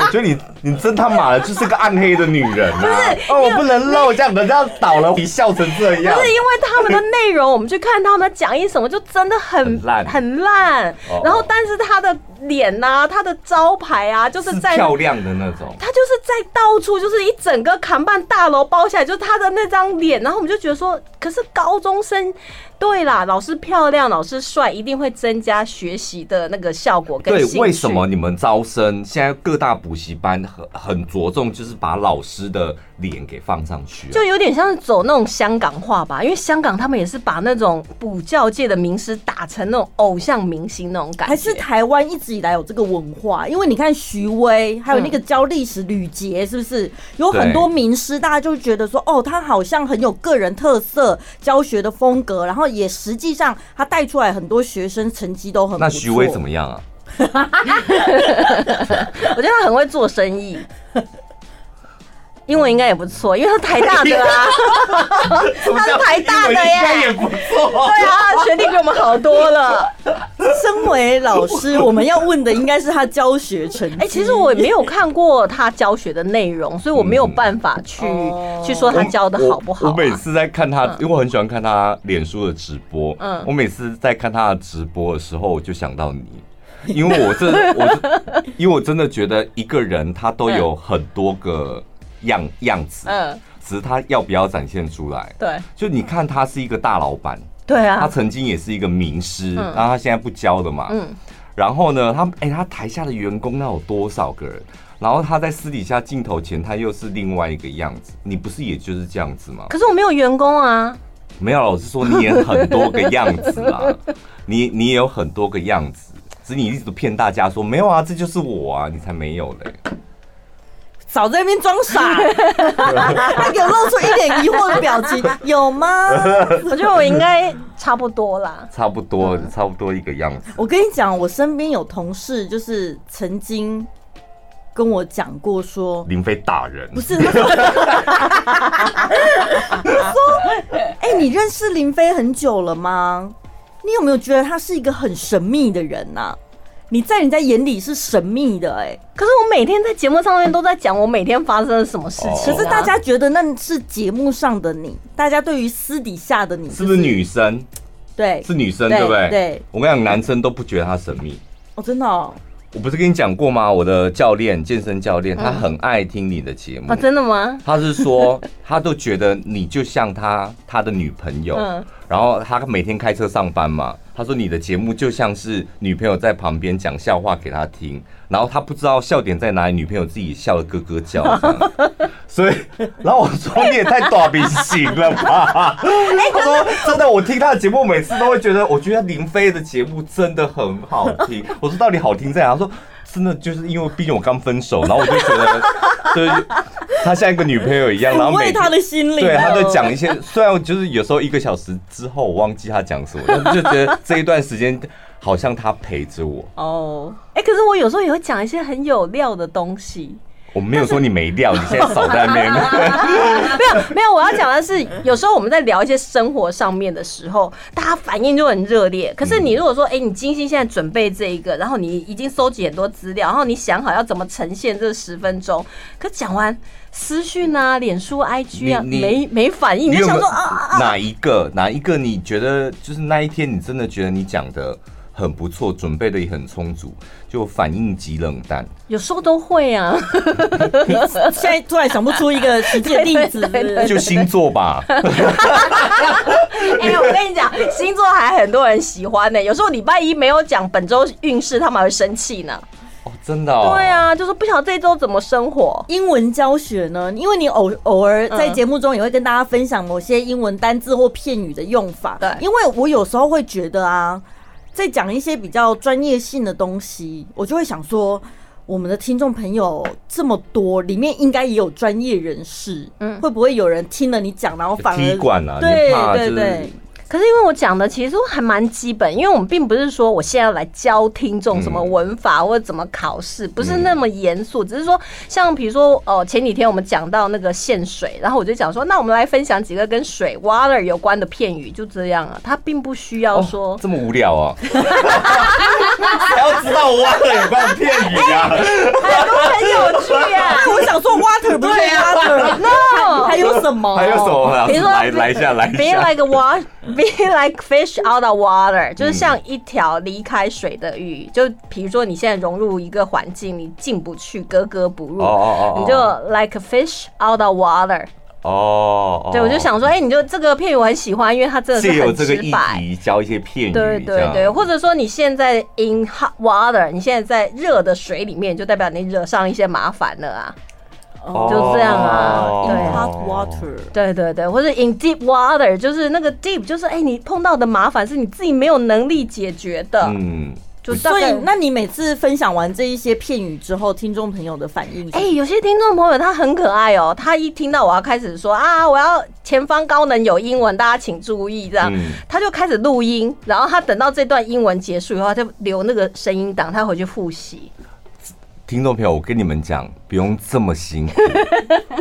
Speaker 1: 我觉得你你真他妈的就是个暗黑的女人啊！哦，我不能露这样，人家倒了，你笑成这样
Speaker 3: 不。是因为他们的内容，我们去看他们的讲义什么，就真的很
Speaker 1: 很烂
Speaker 3: 很烂
Speaker 1: 哦。
Speaker 3: 然后但是他的脸呐、他的招牌啊，就是
Speaker 1: 是
Speaker 3: 在
Speaker 1: 漂亮的那种，
Speaker 3: 他就是在到处，就是一整个扛办大楼包下来，就是他的那张脸，然后我们就觉得说，可是高中生，对啦，老师漂亮，老师帅，一定会增加学习的那个效果跟
Speaker 1: 对
Speaker 3: 兴，趣。
Speaker 1: 为什么？你们招生现在各大补习班很很着重，就是把老师的脸给放上去啊、
Speaker 3: 就有点像是走那种香港话吧，因为香港他们也是把那种补教界的名师打成那种偶像明星那种感觉，
Speaker 2: 还是台湾一直直以来有这个文化，因为你看徐威，还有那个教历史吕杰，是不是有很多名师，大家就觉得说，哦，他好像很有个人特色教学的风格，然后也实际上他带出来很多学生成绩都很不
Speaker 1: 那
Speaker 2: 错。
Speaker 1: 徐威怎么样啊？
Speaker 3: 我觉得他很会做生 意，
Speaker 1: 哦
Speaker 3: 英文应该也不错，因为他台大的 啊，
Speaker 1: 他
Speaker 3: 是台大的耶
Speaker 1: 应该也不错。
Speaker 3: 对啊，学历比我们好多了。
Speaker 2: 身为老师，我们要问的应该是他教学成 绩。
Speaker 3: 哎、其实我也没有看过他教学的内容，所以我没有办法去、
Speaker 2: 哦
Speaker 3: 去说他教的好不好、
Speaker 1: 哦我？
Speaker 3: 啊
Speaker 1: 我每次在看他，因为我很喜欢看他脸书的直播。
Speaker 3: 嗯
Speaker 1: 嗯，我每次在看他的直播的时候，我就想到你，因为 我真的，我因为我真的觉得一个人他都有很多个样样子，
Speaker 3: 嗯，
Speaker 1: 只是他要不要展现出来。
Speaker 3: 对
Speaker 1: 就你看他是一个大老板，
Speaker 3: 对
Speaker 1: 他
Speaker 3: 啊，
Speaker 1: 曾经也是一个名师，
Speaker 3: 嗯
Speaker 1: 然后他现在不教了嘛。
Speaker 3: 嗯
Speaker 1: 然后呢，他哎、他台下的员工那有多少个人？然后他在私底下镜头前，他又是另外一个样子。你不是也就是这样子吗？
Speaker 3: 可是我没有员工啊，
Speaker 1: 没有，老师说你也很多个样子 啦，你你也有很多个样子，只是你一直都骗大家说没有啊，这就是我啊，你才没有嘞。
Speaker 2: 少在那边装 傻，他给我露出一脸疑惑的表情，有吗？
Speaker 3: 我觉得我应该差不多啦。
Speaker 1: 差不多，
Speaker 2: 嗯
Speaker 1: 差不多一个样子。
Speaker 2: 我跟你讲，我身边有同事就是曾经跟我讲过说，
Speaker 1: 林飞打人，
Speaker 2: 不是，他说，他说哎、你认识林飞很久了吗？你有没有觉得他是一个很神秘的人呐、啊你在人家眼里是神秘的哎、
Speaker 3: 可是我每天在节目上面都在讲我每天发生了什么事情、啊，
Speaker 1: 哦
Speaker 2: 可是大家觉得那是节目上的你，大家对于私底下的你
Speaker 1: 是不是？女生？
Speaker 2: 对，
Speaker 1: 是女生
Speaker 2: 对
Speaker 1: 对不对？
Speaker 2: 对，
Speaker 1: 我跟你讲，男生都不觉得他神秘。
Speaker 2: 哦，真的哦，
Speaker 1: 我不是跟你讲过吗？我的教练，健身教练，他很爱听你的节目。
Speaker 3: 嗯啊，真的吗？
Speaker 1: 他是说，他都觉得你就像他他的女朋友，
Speaker 3: 嗯
Speaker 1: 然后他每天开车上班嘛。他说你的节目就像是女朋友在旁边讲笑话给他听，然后他不知道笑点在哪里，女朋友自己笑得咯咯叫这 样。所以，然后我说你也太大明星了吧？他说 真的，我听他的节目每次都会觉得，我觉得林飞的节目真的很好听。 我说到底好听在哪？他说真的就是因为毕竟我刚分手，然后我就觉得，就是他像一个女朋友一样，然后
Speaker 2: 抚
Speaker 1: 每
Speaker 2: 慰 他
Speaker 1: 天
Speaker 2: 的心
Speaker 3: 啊
Speaker 2: 灵。
Speaker 1: 对他在讲一些，虽然就是有时候一个小时之后我忘记他讲什么，但是就觉得这一段时间好像他陪着我。
Speaker 3: 哦，哎、可是我有时候也会讲一些很有料的东西。
Speaker 1: 我没有说你没料，你现在少在那边。
Speaker 3: 没有没有，我要讲的是，有时候我们在聊一些生活上面的时候，大家反应就很热烈。可是你如果说，哎、你精心现在准备这一个，然后你已经搜集很多资料，然后你想好要怎么呈现这十分钟，可讲完私讯啊、脸书、IG 啊，
Speaker 1: 你你
Speaker 3: 没没反应，你就
Speaker 1: 有没有
Speaker 3: 想说啊，
Speaker 1: 哪一个哪一个你觉得就是那一天你真的觉得你讲的很不错，准备的也很充足，就反应极冷淡。
Speaker 3: 有时候都会啊。
Speaker 2: 现在突然想不出一个实际的 例子，是不是
Speaker 1: 就星座吧，
Speaker 3: 哎、我跟你讲，星座还很多人喜欢呢、有时候礼拜一没有讲本周运势，他们还会生气呢。
Speaker 1: 哦，真的、哦，
Speaker 3: 对，啊，就说不晓得这周怎么生活。
Speaker 2: 英文教学呢？因为你偶偶尔在
Speaker 3: 嗯
Speaker 2: 节目中也会跟大家分享某些英文单字或片语的用法。
Speaker 3: 对
Speaker 2: 因为我有时候会觉得啊，在讲一些比较专业性的东西，我就会想说，我们的听众朋友这么多，里面应该也有专业人士，嗯，会不会有人听了你讲，然后反
Speaker 1: 踢
Speaker 2: 而
Speaker 1: 馆啊，
Speaker 2: 对
Speaker 1: 你怕就
Speaker 2: 对
Speaker 1: 是
Speaker 2: 对，
Speaker 3: 可是因为我讲的其实还蛮基本，因为我们并不是说我现在要来教听众什
Speaker 1: 嗯
Speaker 3: 么文法或者怎么考试，不是那么严肃，只是说像比如说呃前几天我们讲到那个限水，然后我就讲说，那我们来分享几个跟水 water 有关的片语，就这样啊，它并不需要说。
Speaker 1: 哦、这么无聊啊，还要知道我挖了有关的骗你 啊？
Speaker 3: 很有趣 啊
Speaker 2: 我想说 water 不是 water，
Speaker 3: ，no，
Speaker 2: 还有什么？
Speaker 1: 还有什？么啊？
Speaker 3: 比如哦说
Speaker 1: 来来一下，来一
Speaker 3: Be
Speaker 1: 下，
Speaker 3: like a water, be like fish out of water，就是像一条离开水的鱼。就比如说你现在融入一个环境，你进不去，格格不入，
Speaker 1: 哦哦哦哦
Speaker 3: 你就 like a fish out of water。
Speaker 1: 哦，哦
Speaker 3: 对，我就想说，哎、你就这个片语我很喜欢，因为它真的
Speaker 1: 借
Speaker 3: 是
Speaker 1: 由
Speaker 3: 很
Speaker 1: 这个
Speaker 3: 直
Speaker 1: 议
Speaker 3: 白。
Speaker 1: 题教一些骗语，
Speaker 3: 对
Speaker 1: 这
Speaker 3: 对
Speaker 1: 样
Speaker 3: 对，或者说你现在 in hot water，你现在在热的水里面，就代表你惹上一些麻烦了啊。
Speaker 1: 哦
Speaker 3: 就这样啊对
Speaker 2: In hot water。
Speaker 3: 对对对，或者 in deep water，就是那个 deep，就是哎、你碰到的麻烦是你自己没有能力解决的。
Speaker 1: 嗯，
Speaker 3: 就大
Speaker 2: 所以
Speaker 3: 概，
Speaker 2: 那你每次分享完这一些片语之后，听众朋友的反应是，
Speaker 3: 哎、有些听众朋友他很可爱哦，他一听到我要开始说啊，我要前方高能有英文，大家请注意这样，
Speaker 1: 嗯
Speaker 3: 他就开始录音，然后他等到这段英文结束以后，他就留那个声音档，他回去复习。
Speaker 1: 听众朋友，我跟你们讲，不用这么辛 苦，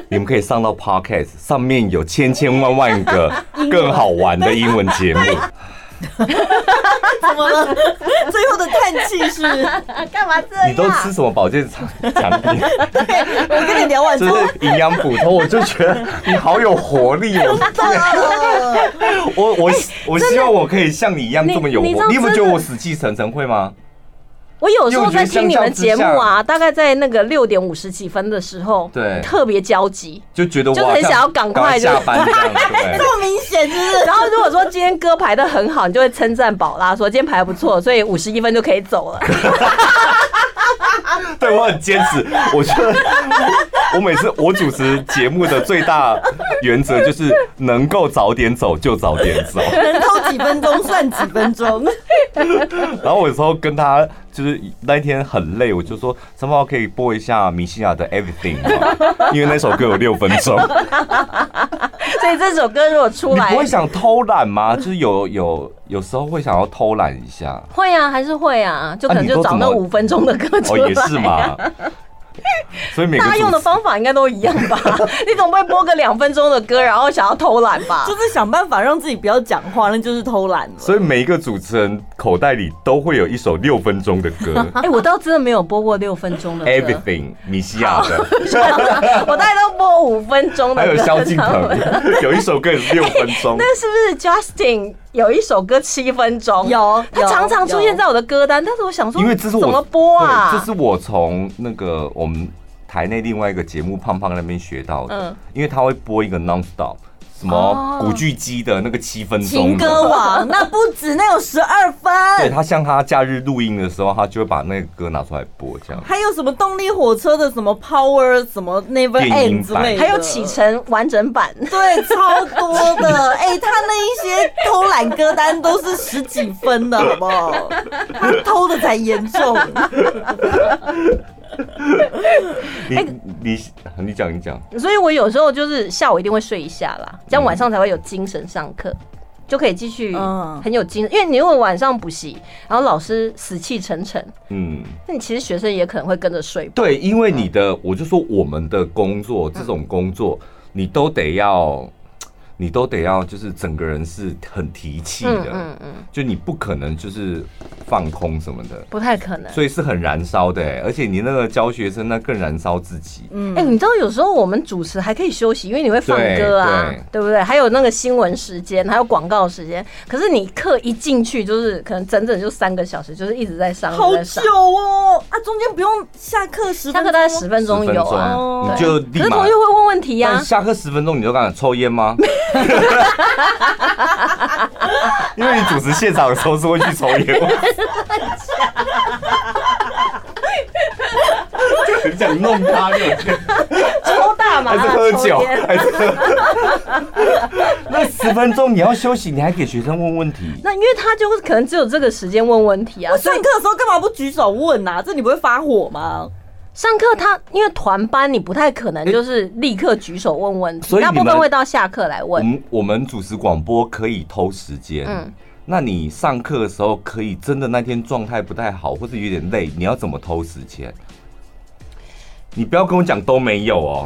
Speaker 1: 你们可以上到 Podcast，上面有千千万万个更好玩的英文节目。
Speaker 2: 怎么 了？啊最后的叹气是，
Speaker 3: 啊， 干嘛这
Speaker 1: 你都吃什么保健产产 品？
Speaker 2: 对我跟你聊完之
Speaker 1: 就
Speaker 2: 后，
Speaker 1: 是营养补充，我就觉得你好有活力哦！我我我希望我可以像你一样这么有
Speaker 3: 哎你你知
Speaker 1: 活
Speaker 3: 道
Speaker 1: 力。你不觉
Speaker 3: 真
Speaker 1: 得
Speaker 3: 的
Speaker 1: 我死气沉沉会吗？
Speaker 3: 我有时
Speaker 1: 因为
Speaker 3: 候
Speaker 1: 我觉得
Speaker 3: 在听你们节目
Speaker 1: 相较之
Speaker 3: 啊，大概在那个六点五十几分的时候，
Speaker 1: 对
Speaker 3: 特别焦急。
Speaker 1: 就觉得我
Speaker 3: 就
Speaker 1: 好
Speaker 3: 很
Speaker 1: 像
Speaker 3: 想要赶
Speaker 1: 快
Speaker 3: 快
Speaker 1: 下
Speaker 3: 就
Speaker 1: 班这样，对不对？
Speaker 2: 这么明显，就是
Speaker 3: 然后如果说今天歌排的很好，你就会称赞宝拉说今天排得不错，所以五十一分就可以 走了。
Speaker 1: 对我很坚持，我觉得我每次我主持节目的最大原则就是能够早点走就早点走。
Speaker 2: 能偷几分钟算几分 钟。
Speaker 1: 然后我有时候跟他就是那一天很累，我就说三宝可以播一下米西亚的 Everything 吗？因为那首歌有六分 钟。
Speaker 3: 所以这首歌如果出
Speaker 1: 你
Speaker 3: 来
Speaker 1: 不，会想偷懒吗？就是有有有时候会想要偷懒一下。
Speaker 3: 会啊，还是会啊，就可
Speaker 1: 啊
Speaker 3: 能
Speaker 1: 你
Speaker 3: 就
Speaker 1: 都怎
Speaker 3: 找
Speaker 1: 么
Speaker 3: 那五分钟的歌出
Speaker 1: 哦，
Speaker 3: 来、
Speaker 1: 也是。 嘛。所以每个
Speaker 3: 大家
Speaker 1: 主
Speaker 3: 用的
Speaker 1: 持
Speaker 3: 方法应该都一样 吧？你总不会播个两分钟的歌，然后想要偷懒 吧？
Speaker 2: 就是想办法让自己不要讲话，那就是偷懒了。
Speaker 1: 所以每一个主持人口袋里都会有一首六分钟的歌
Speaker 3: 哎、我倒真的没有播过六分钟的歌
Speaker 1: ，Everything 米西亚的。
Speaker 3: 我大概都播五分钟 的
Speaker 1: 还
Speaker 3: 歌。
Speaker 1: 有萧敬腾， 有一首歌也是六分钟。
Speaker 3: 那是不是 Justin 有一首歌七分钟？
Speaker 2: 有
Speaker 3: 他
Speaker 2: 有
Speaker 3: 常常出现在我的歌单，但是我想说，
Speaker 1: 因为这是我
Speaker 3: 怎么播啊？
Speaker 1: 对这是我从那个我们台内另外一个节目胖胖那边学到的，
Speaker 3: 嗯
Speaker 1: 因为他会播一个 non stop，什么
Speaker 3: 哦
Speaker 1: 古巨基的那个七分钟
Speaker 2: 情
Speaker 1: 的
Speaker 2: 歌王那不止，那有十二
Speaker 1: 对
Speaker 2: 分。
Speaker 1: 他像他假日录音的时候，他就会把那个歌拿出来播，这样。
Speaker 2: 还有什么动力火车的什么 Power 什么 Never
Speaker 1: 电影
Speaker 2: End
Speaker 1: 版
Speaker 2: 之类的，
Speaker 3: 还有启程完整版，
Speaker 2: 对，超多的。 哎、他那一些偷懒歌单都是十几分的，好不好？他偷的才严重。
Speaker 1: 你
Speaker 3: 哎
Speaker 1: 你你讲你讲，
Speaker 3: 所以我有时候就是下午一定会睡一下
Speaker 1: 嗯
Speaker 3: 啦，这样晚上才会有精神上课。就可以继续
Speaker 2: 嗯
Speaker 3: 很有精神，因为你如果晚上补习，然后老师死气沉沉，
Speaker 1: 嗯，
Speaker 3: 那你其实学生也可能会跟着睡吧。
Speaker 1: 对，因为你的，我就说我们的工作这种工作，你都得要，你都得要，就是整个人是很提气的，
Speaker 3: 嗯嗯，
Speaker 1: 就你不可能就是放空什么的，
Speaker 3: 不太可能。
Speaker 1: 所以是很燃烧的欸、而且你那个教学生那更燃烧自己。
Speaker 2: 嗯，
Speaker 3: 哎、你知道有时候我们主持还可以休息，因为你会放歌啊，
Speaker 1: 对对
Speaker 3: 不对？还有那个新闻时间，还有广告时间。可是你课一进去，就是可能整整就三个小时，就是一直在上，一
Speaker 2: 好
Speaker 3: 直在上
Speaker 2: 久。哦啊，中间不用下课十
Speaker 3: 下
Speaker 2: 分钟，
Speaker 3: 课大概十分钟
Speaker 1: 10分
Speaker 3: 有
Speaker 1: 钟
Speaker 3: 啊，
Speaker 1: 你
Speaker 3: 对
Speaker 1: 就
Speaker 3: 可
Speaker 1: 立
Speaker 3: 是
Speaker 1: 马
Speaker 3: 同学会问问题啊呀、
Speaker 1: 但下课十分钟你就敢抽烟吗？ 因为你主持现场的时候是会去抽 烟吗？就很想弄他，就
Speaker 3: 抽大麻
Speaker 1: 还是
Speaker 2: 啊
Speaker 1: 喝
Speaker 3: 啊抽
Speaker 1: 酒
Speaker 3: 烟，
Speaker 1: 还是喝。 那十分钟你要休息，你还给学生问问题，
Speaker 3: 那因为他就是可能只有这个时间问问题啊，
Speaker 2: 我
Speaker 3: 所
Speaker 2: 上
Speaker 3: 以
Speaker 2: 课的时候干嘛不举手问啊？这你不会发火吗？
Speaker 3: 上课他因为团班你不太可能就是立刻举手问问题，
Speaker 1: 所以
Speaker 3: 大
Speaker 1: 你
Speaker 3: 部
Speaker 1: 们嗯
Speaker 3: 分会到下课来
Speaker 1: 我
Speaker 3: 问。
Speaker 1: 们我们主持广播可以偷时间，
Speaker 3: 嗯
Speaker 1: 那你上课的时候可以真的那天状态不太好，或者有点累，你要怎么偷时间？你不要跟我讲都没有哦，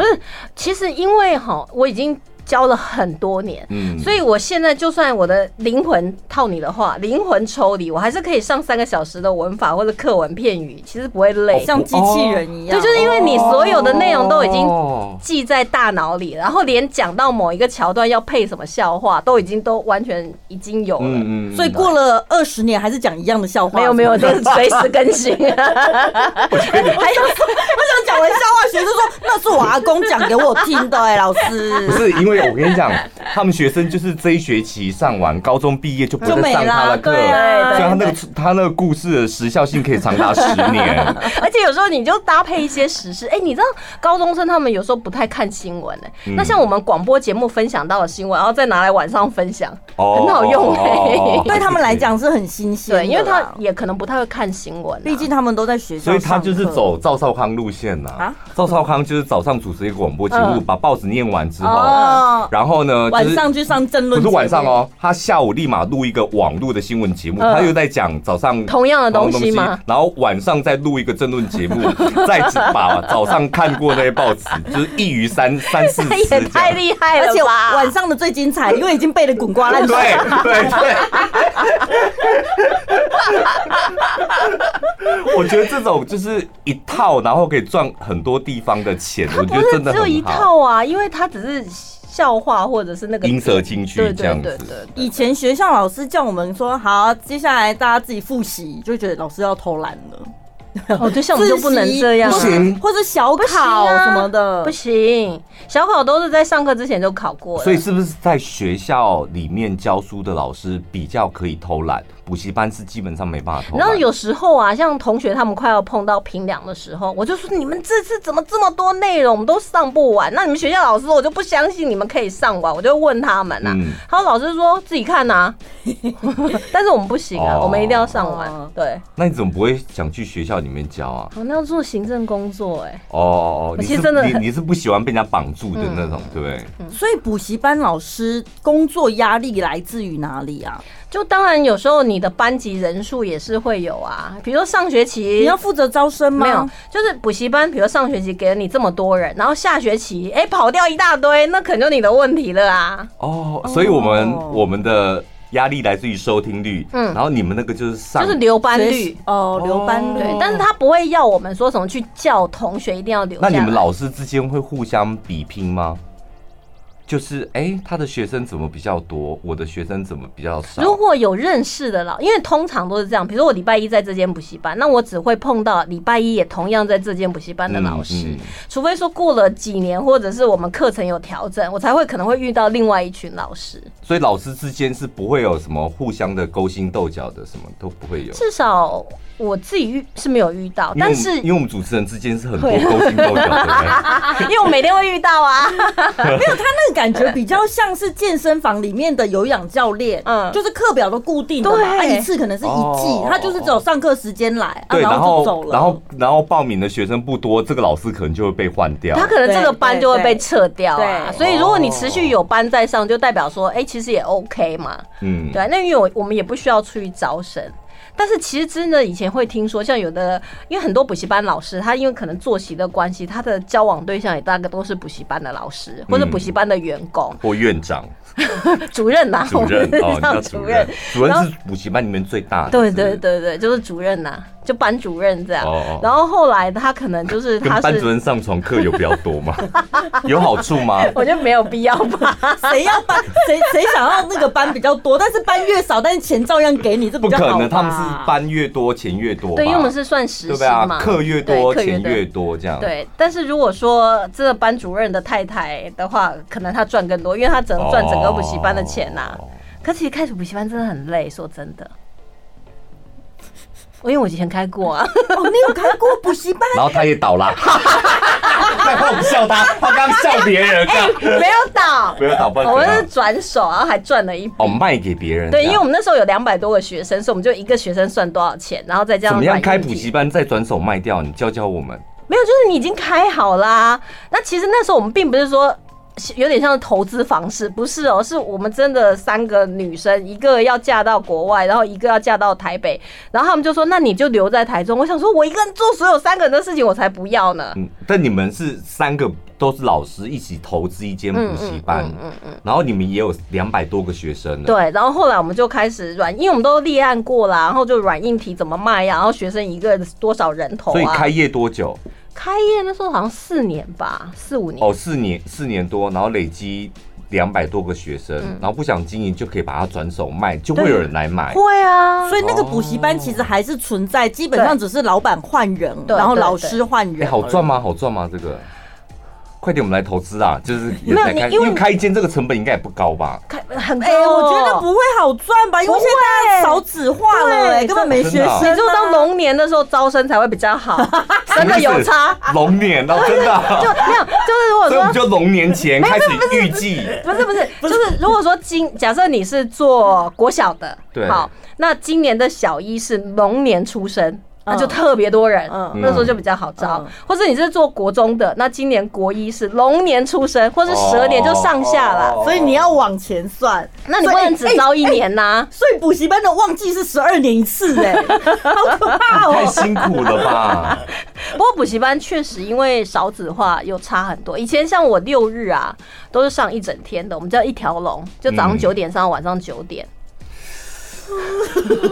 Speaker 3: 其实因为哈，我已经教了很多年，
Speaker 1: 嗯
Speaker 3: 所以我现在就算我的灵魂套你的话，灵魂抽离，我还是可以上三个小时的文法或者课文片语，其实不会
Speaker 1: 哦
Speaker 3: 累。
Speaker 2: 像机器人一样，
Speaker 3: 哦对，就是因为你所有的内容都已经
Speaker 1: 哦
Speaker 3: 记在大脑里，然后连讲到某一个桥段要配什么笑话，都已经都完全已经有了。
Speaker 1: 嗯
Speaker 2: 所以过了二十年还是讲一样的笑话。
Speaker 3: 没有没有，这是随时更 新。还有
Speaker 2: 我想讲完笑话，学生说那是我阿公讲给我听的哎、老
Speaker 1: 不
Speaker 2: 师。
Speaker 1: 是因为我跟你讲，他们学生就是这一学期上完，高中毕业就不
Speaker 2: 就
Speaker 1: 会
Speaker 2: 没
Speaker 1: 再上他
Speaker 2: 啦
Speaker 1: 的课，
Speaker 2: 对啊
Speaker 1: 所以他那个他那个故事的时效性可以长达十年。
Speaker 3: 而且有时候你就搭配一些时事，哎、你知道高中生他们有时候不太看新闻哎、
Speaker 1: 嗯
Speaker 3: 那像我们广播节目分享到的新闻，然后再拿来晚上分享，
Speaker 1: 哦
Speaker 3: 很好用哎、
Speaker 1: 哦哦哦
Speaker 2: 对他们来讲是很新鲜的啦，
Speaker 3: 对，因为他也可能不太会看新闻、啊，
Speaker 2: 毕竟他们都在学校
Speaker 1: 所
Speaker 2: 上
Speaker 1: 以
Speaker 2: 课，哦
Speaker 1: 他就是走赵少康路线呐、
Speaker 2: 啊
Speaker 1: 赵少康就是早上主持一个广播节目，
Speaker 3: 嗯
Speaker 1: 把报纸念完之后，
Speaker 2: 哦
Speaker 1: 然后呢，就
Speaker 2: 晚
Speaker 1: 是
Speaker 2: 上去上政论，
Speaker 1: 不是晚上，哦，他下午立马录一个网络的新闻节目，
Speaker 3: 嗯
Speaker 1: 他又在讲早上
Speaker 3: 同样的东西吗
Speaker 1: 然后晚上再录一个政论节目，再把早上看过那些报纸，就是一鱼三三四
Speaker 3: 这
Speaker 1: 吃这
Speaker 3: 也太
Speaker 1: 样。
Speaker 3: 厉害
Speaker 2: 而
Speaker 3: 了
Speaker 2: 且
Speaker 3: 吧！
Speaker 2: 晚上的最精彩，因为已经背得滚瓜 烂
Speaker 1: 对啊
Speaker 2: 熟。
Speaker 1: 对对，我觉得这种就是一套，然后可以赚很多地方的钱，我觉
Speaker 3: 不
Speaker 1: 得
Speaker 3: 是
Speaker 1: 真的
Speaker 3: 只有一
Speaker 1: 很好，
Speaker 3: 套啊，因为他只是笑话或者是那个
Speaker 1: 银蛇进去
Speaker 3: 对
Speaker 1: 这
Speaker 3: 对
Speaker 1: 样
Speaker 3: 对
Speaker 1: 子。
Speaker 3: 对
Speaker 2: 以前学校老师叫我们说好，接下来大家自己复习，就觉得老师要偷懒了。
Speaker 3: 对，哦，对，像我们就不能这样啊，
Speaker 1: 不行
Speaker 2: 或者小
Speaker 3: 不行
Speaker 2: 考
Speaker 3: 啊
Speaker 2: 什么的，
Speaker 3: 不行，小考都是在上课之前就考过了，
Speaker 1: 所以是不是在学校里面教书的老师比较可以偷懒，补习班是基本上没办法偷懒。
Speaker 3: 然后有时候啊，像同学他们快要碰到评量的时候，我就说你们这次怎么这么多内容，我们都上不完？那你们学校老师，我就不相信你们可以上完，我就问他们呐、啊。
Speaker 1: 嗯
Speaker 3: 然后老师说自己看呐、 啊，但是我们不行啊，
Speaker 1: 哦
Speaker 3: 我们一定要上完。
Speaker 2: 哦
Speaker 3: 对，
Speaker 1: 那你怎么不会想去学校里面教啊？
Speaker 3: 我们哦要做行政工作、哎，
Speaker 1: 哦哦哦，
Speaker 3: 我
Speaker 1: 你
Speaker 3: 其实
Speaker 1: 是
Speaker 3: 真的嗯很
Speaker 1: 你你是不喜欢被人家绑住的那种，对不对？
Speaker 3: 啊
Speaker 2: 所以补习班老师工作压力来自于哪里啊？
Speaker 3: 就当然有时候你的班级人数也是会有啊，比如说上学期
Speaker 2: 你要负责招生吗？
Speaker 3: 没有，就是补习班，比如上学期给了你这么多人，然后下学期哎、跑掉一大堆，那可能就你的问题了啊。
Speaker 1: 哦，所以我们、我们的压力来自于收听率，
Speaker 3: 嗯
Speaker 1: 然后你们那个就是上
Speaker 3: 就是留班
Speaker 2: 学
Speaker 3: 率
Speaker 2: 习。哦，留班率。
Speaker 3: 对，但是他不会要我们说什么去叫同学一定要留下
Speaker 1: 那
Speaker 3: 来。
Speaker 1: 你们老师之间会互相比拼吗？就是哎、诶他的学生怎么比较多，我的学生怎么比较少？
Speaker 3: 如果有认识的老，因为通常都是这样，比如说我礼拜一在这间补习班，那我只会碰到礼拜一也同样在这间补习班的老师，
Speaker 1: 嗯嗯
Speaker 3: 除非说过了几年或者是我们课程有调整，我才会可能会遇到另外一群老师。
Speaker 1: 所以老师之间是不会有什么互相的勾心斗角的，什么都不会有。
Speaker 3: 至少我自己遇是没有遇到，
Speaker 1: 因为我
Speaker 3: 但
Speaker 1: 们
Speaker 3: 是啊
Speaker 1: 因为我们主持人之间是很 多勾心斗角的，
Speaker 3: 因为我每天会遇到啊，
Speaker 2: 他那个感 觉比较像是健身房里面的有氧教练，
Speaker 3: 嗯
Speaker 2: 就是课表都固定的嘛，
Speaker 3: 对
Speaker 2: 他一次可能是一季
Speaker 1: 哦，
Speaker 2: 他就是只有上课时间来，啊
Speaker 1: 对，
Speaker 2: 然
Speaker 1: 然
Speaker 2: 后就
Speaker 1: 后
Speaker 2: 走了。
Speaker 1: 然后然后报名的学生不多，这个老师可能就会被换掉。
Speaker 3: 他可能这个班就会被撤掉啊。
Speaker 2: 对对对
Speaker 3: 所以如
Speaker 1: 哦
Speaker 3: 果你持续有班在上，就代表说，哎、其实也 OK 嘛。
Speaker 1: 嗯，
Speaker 3: 对啊，那因为我我们也不需要出去招生。但是其实真的以前会听说，像有的，因为很多补习班老师，他因为可能作息的关系，他的交往对象也大概都是补习班的老师
Speaker 1: 嗯
Speaker 3: 或者补习班的员工、
Speaker 1: 或院 长、
Speaker 3: 主任呐、
Speaker 1: 主任
Speaker 3: 我
Speaker 1: 哦，
Speaker 3: 们
Speaker 1: 你叫
Speaker 3: 叫
Speaker 1: 主
Speaker 3: 主
Speaker 1: 任
Speaker 3: 任，，
Speaker 1: 主
Speaker 3: 然
Speaker 1: 任
Speaker 3: 后
Speaker 1: 是补习班里面最大的，
Speaker 3: 对
Speaker 1: 是不是
Speaker 3: 对，对对，就是主任呐、啊就班主任这样。
Speaker 1: 哦哦
Speaker 3: 然后后来他可能就是他
Speaker 1: 跟班主
Speaker 3: 是，
Speaker 1: 任上床课有比较多 吗？有好处吗？
Speaker 3: 我觉得没有必要 吧。
Speaker 2: 啊谁要班，谁谁想要那个班比较多，但是班越少，但是钱照样给你，这
Speaker 1: 不
Speaker 2: 比较好
Speaker 1: 可
Speaker 2: 吧
Speaker 1: 能，他们是班越多钱越多吧，
Speaker 3: 对，因为我们是算实
Speaker 1: 对不
Speaker 3: 习
Speaker 1: 对啊
Speaker 3: 嘛，，
Speaker 1: 课越
Speaker 3: 对
Speaker 1: 多
Speaker 3: 课
Speaker 1: 钱
Speaker 3: 多
Speaker 1: 越多这样，
Speaker 3: 对，但是如果说这个班主任的太太的话，可能他赚更多，因为他只能
Speaker 1: 哦，
Speaker 3: 赚整个补习班的钱呐、可其实开始补习班真的很累，说真的。我因为我以前开过啊，
Speaker 2: 哦，你有开过补习班？
Speaker 1: 然后他也倒 了，再换我们笑他，他刚刚笑别人，啊这样
Speaker 3: 没有倒
Speaker 1: 不，要倒，不要
Speaker 3: 我们是
Speaker 1: 倒。
Speaker 3: 转手，然后还赚了一笔。
Speaker 1: 哦，卖给别人。
Speaker 3: 对，因为我
Speaker 1: 们
Speaker 3: 们那时候有两百多个学生，所以我们就一个学生算多少钱，然后再这
Speaker 1: 怎
Speaker 3: 样
Speaker 1: 么样
Speaker 3: 软
Speaker 1: 开
Speaker 3: 硬
Speaker 1: 补
Speaker 3: 体
Speaker 1: 习班再转手卖掉，你教教我们。
Speaker 3: 没有，就是你已经开好啦。那其实那时候我们并不是说。有点像投资房市，不是哦，是我们真的三个女生，一个要嫁到国外，然后一个要嫁到台北，然后他们就说，那你就留在台中。我想说，我一个人做所有三个人的事情，我才不要呢。
Speaker 1: 嗯，但你们是三个都是老师，一起投资一间补习
Speaker 3: 嗯
Speaker 1: 班，然后你们也有两百多个学生了。
Speaker 3: 对，然后后来我们就开始软，因为我们都立案过啦，然后就软硬体怎么卖呀、然后学生一个多少人头啊？
Speaker 1: 所以开业多久？
Speaker 3: 开业那时候好像四年吧，四五年。
Speaker 1: 哦，四年四年多，然后累积两百多个学生，
Speaker 3: 嗯
Speaker 1: 然后不想经营就可以把它转手卖，就会有人来买。
Speaker 3: 会啊，
Speaker 2: 所以那个补习班其实还是存在，基本上只是老板换人，
Speaker 3: 对
Speaker 2: 然后老师换
Speaker 1: 哎、
Speaker 2: 人，
Speaker 1: 好赚吗？好赚吗？这个快点我们来投资啊！就是也
Speaker 3: 没有
Speaker 1: 才开，
Speaker 3: 你因
Speaker 1: 因
Speaker 3: 为
Speaker 1: 为开一间这个成本应该也不高吧？
Speaker 3: 看很高、哦
Speaker 2: 哎、我觉得不会好赚吧，因为现在大家少子化了、哎，
Speaker 3: 对
Speaker 2: 根本没学生、
Speaker 1: 真啊
Speaker 3: 你就到龙年的时候招生才会比较好， 真的有差。
Speaker 1: 龙年哦，真的啊，
Speaker 3: 就没有，就是如果
Speaker 1: 所以我们
Speaker 3: 说
Speaker 1: 就龙年前开始预计，
Speaker 3: 不是不是，就是如果说今假设你是做国小的，
Speaker 1: 对
Speaker 3: 好，那今年的小一是龙年出生。那就
Speaker 2: 嗯
Speaker 3: 特别多人，
Speaker 2: 嗯
Speaker 3: 那时候就比较好招。
Speaker 2: 嗯
Speaker 3: 或者你是做国中的，那今年国一是龙年出生，或是蛇年就上下啦。
Speaker 1: 哦
Speaker 2: 所以你要往前算，
Speaker 3: 那你不能只
Speaker 2: 所以哎
Speaker 3: 招一年呐、
Speaker 2: 所以补习班的旺季是十二年一次、 哎，好可怕
Speaker 1: 太
Speaker 2: 哦！
Speaker 1: 辛苦了吧？
Speaker 3: 不过补习班确实因为少子化有差很多。以前像我六日啊，都是上一整天的，我们叫一条龙，就早上
Speaker 1: 嗯
Speaker 3: 九点上到晚上九点。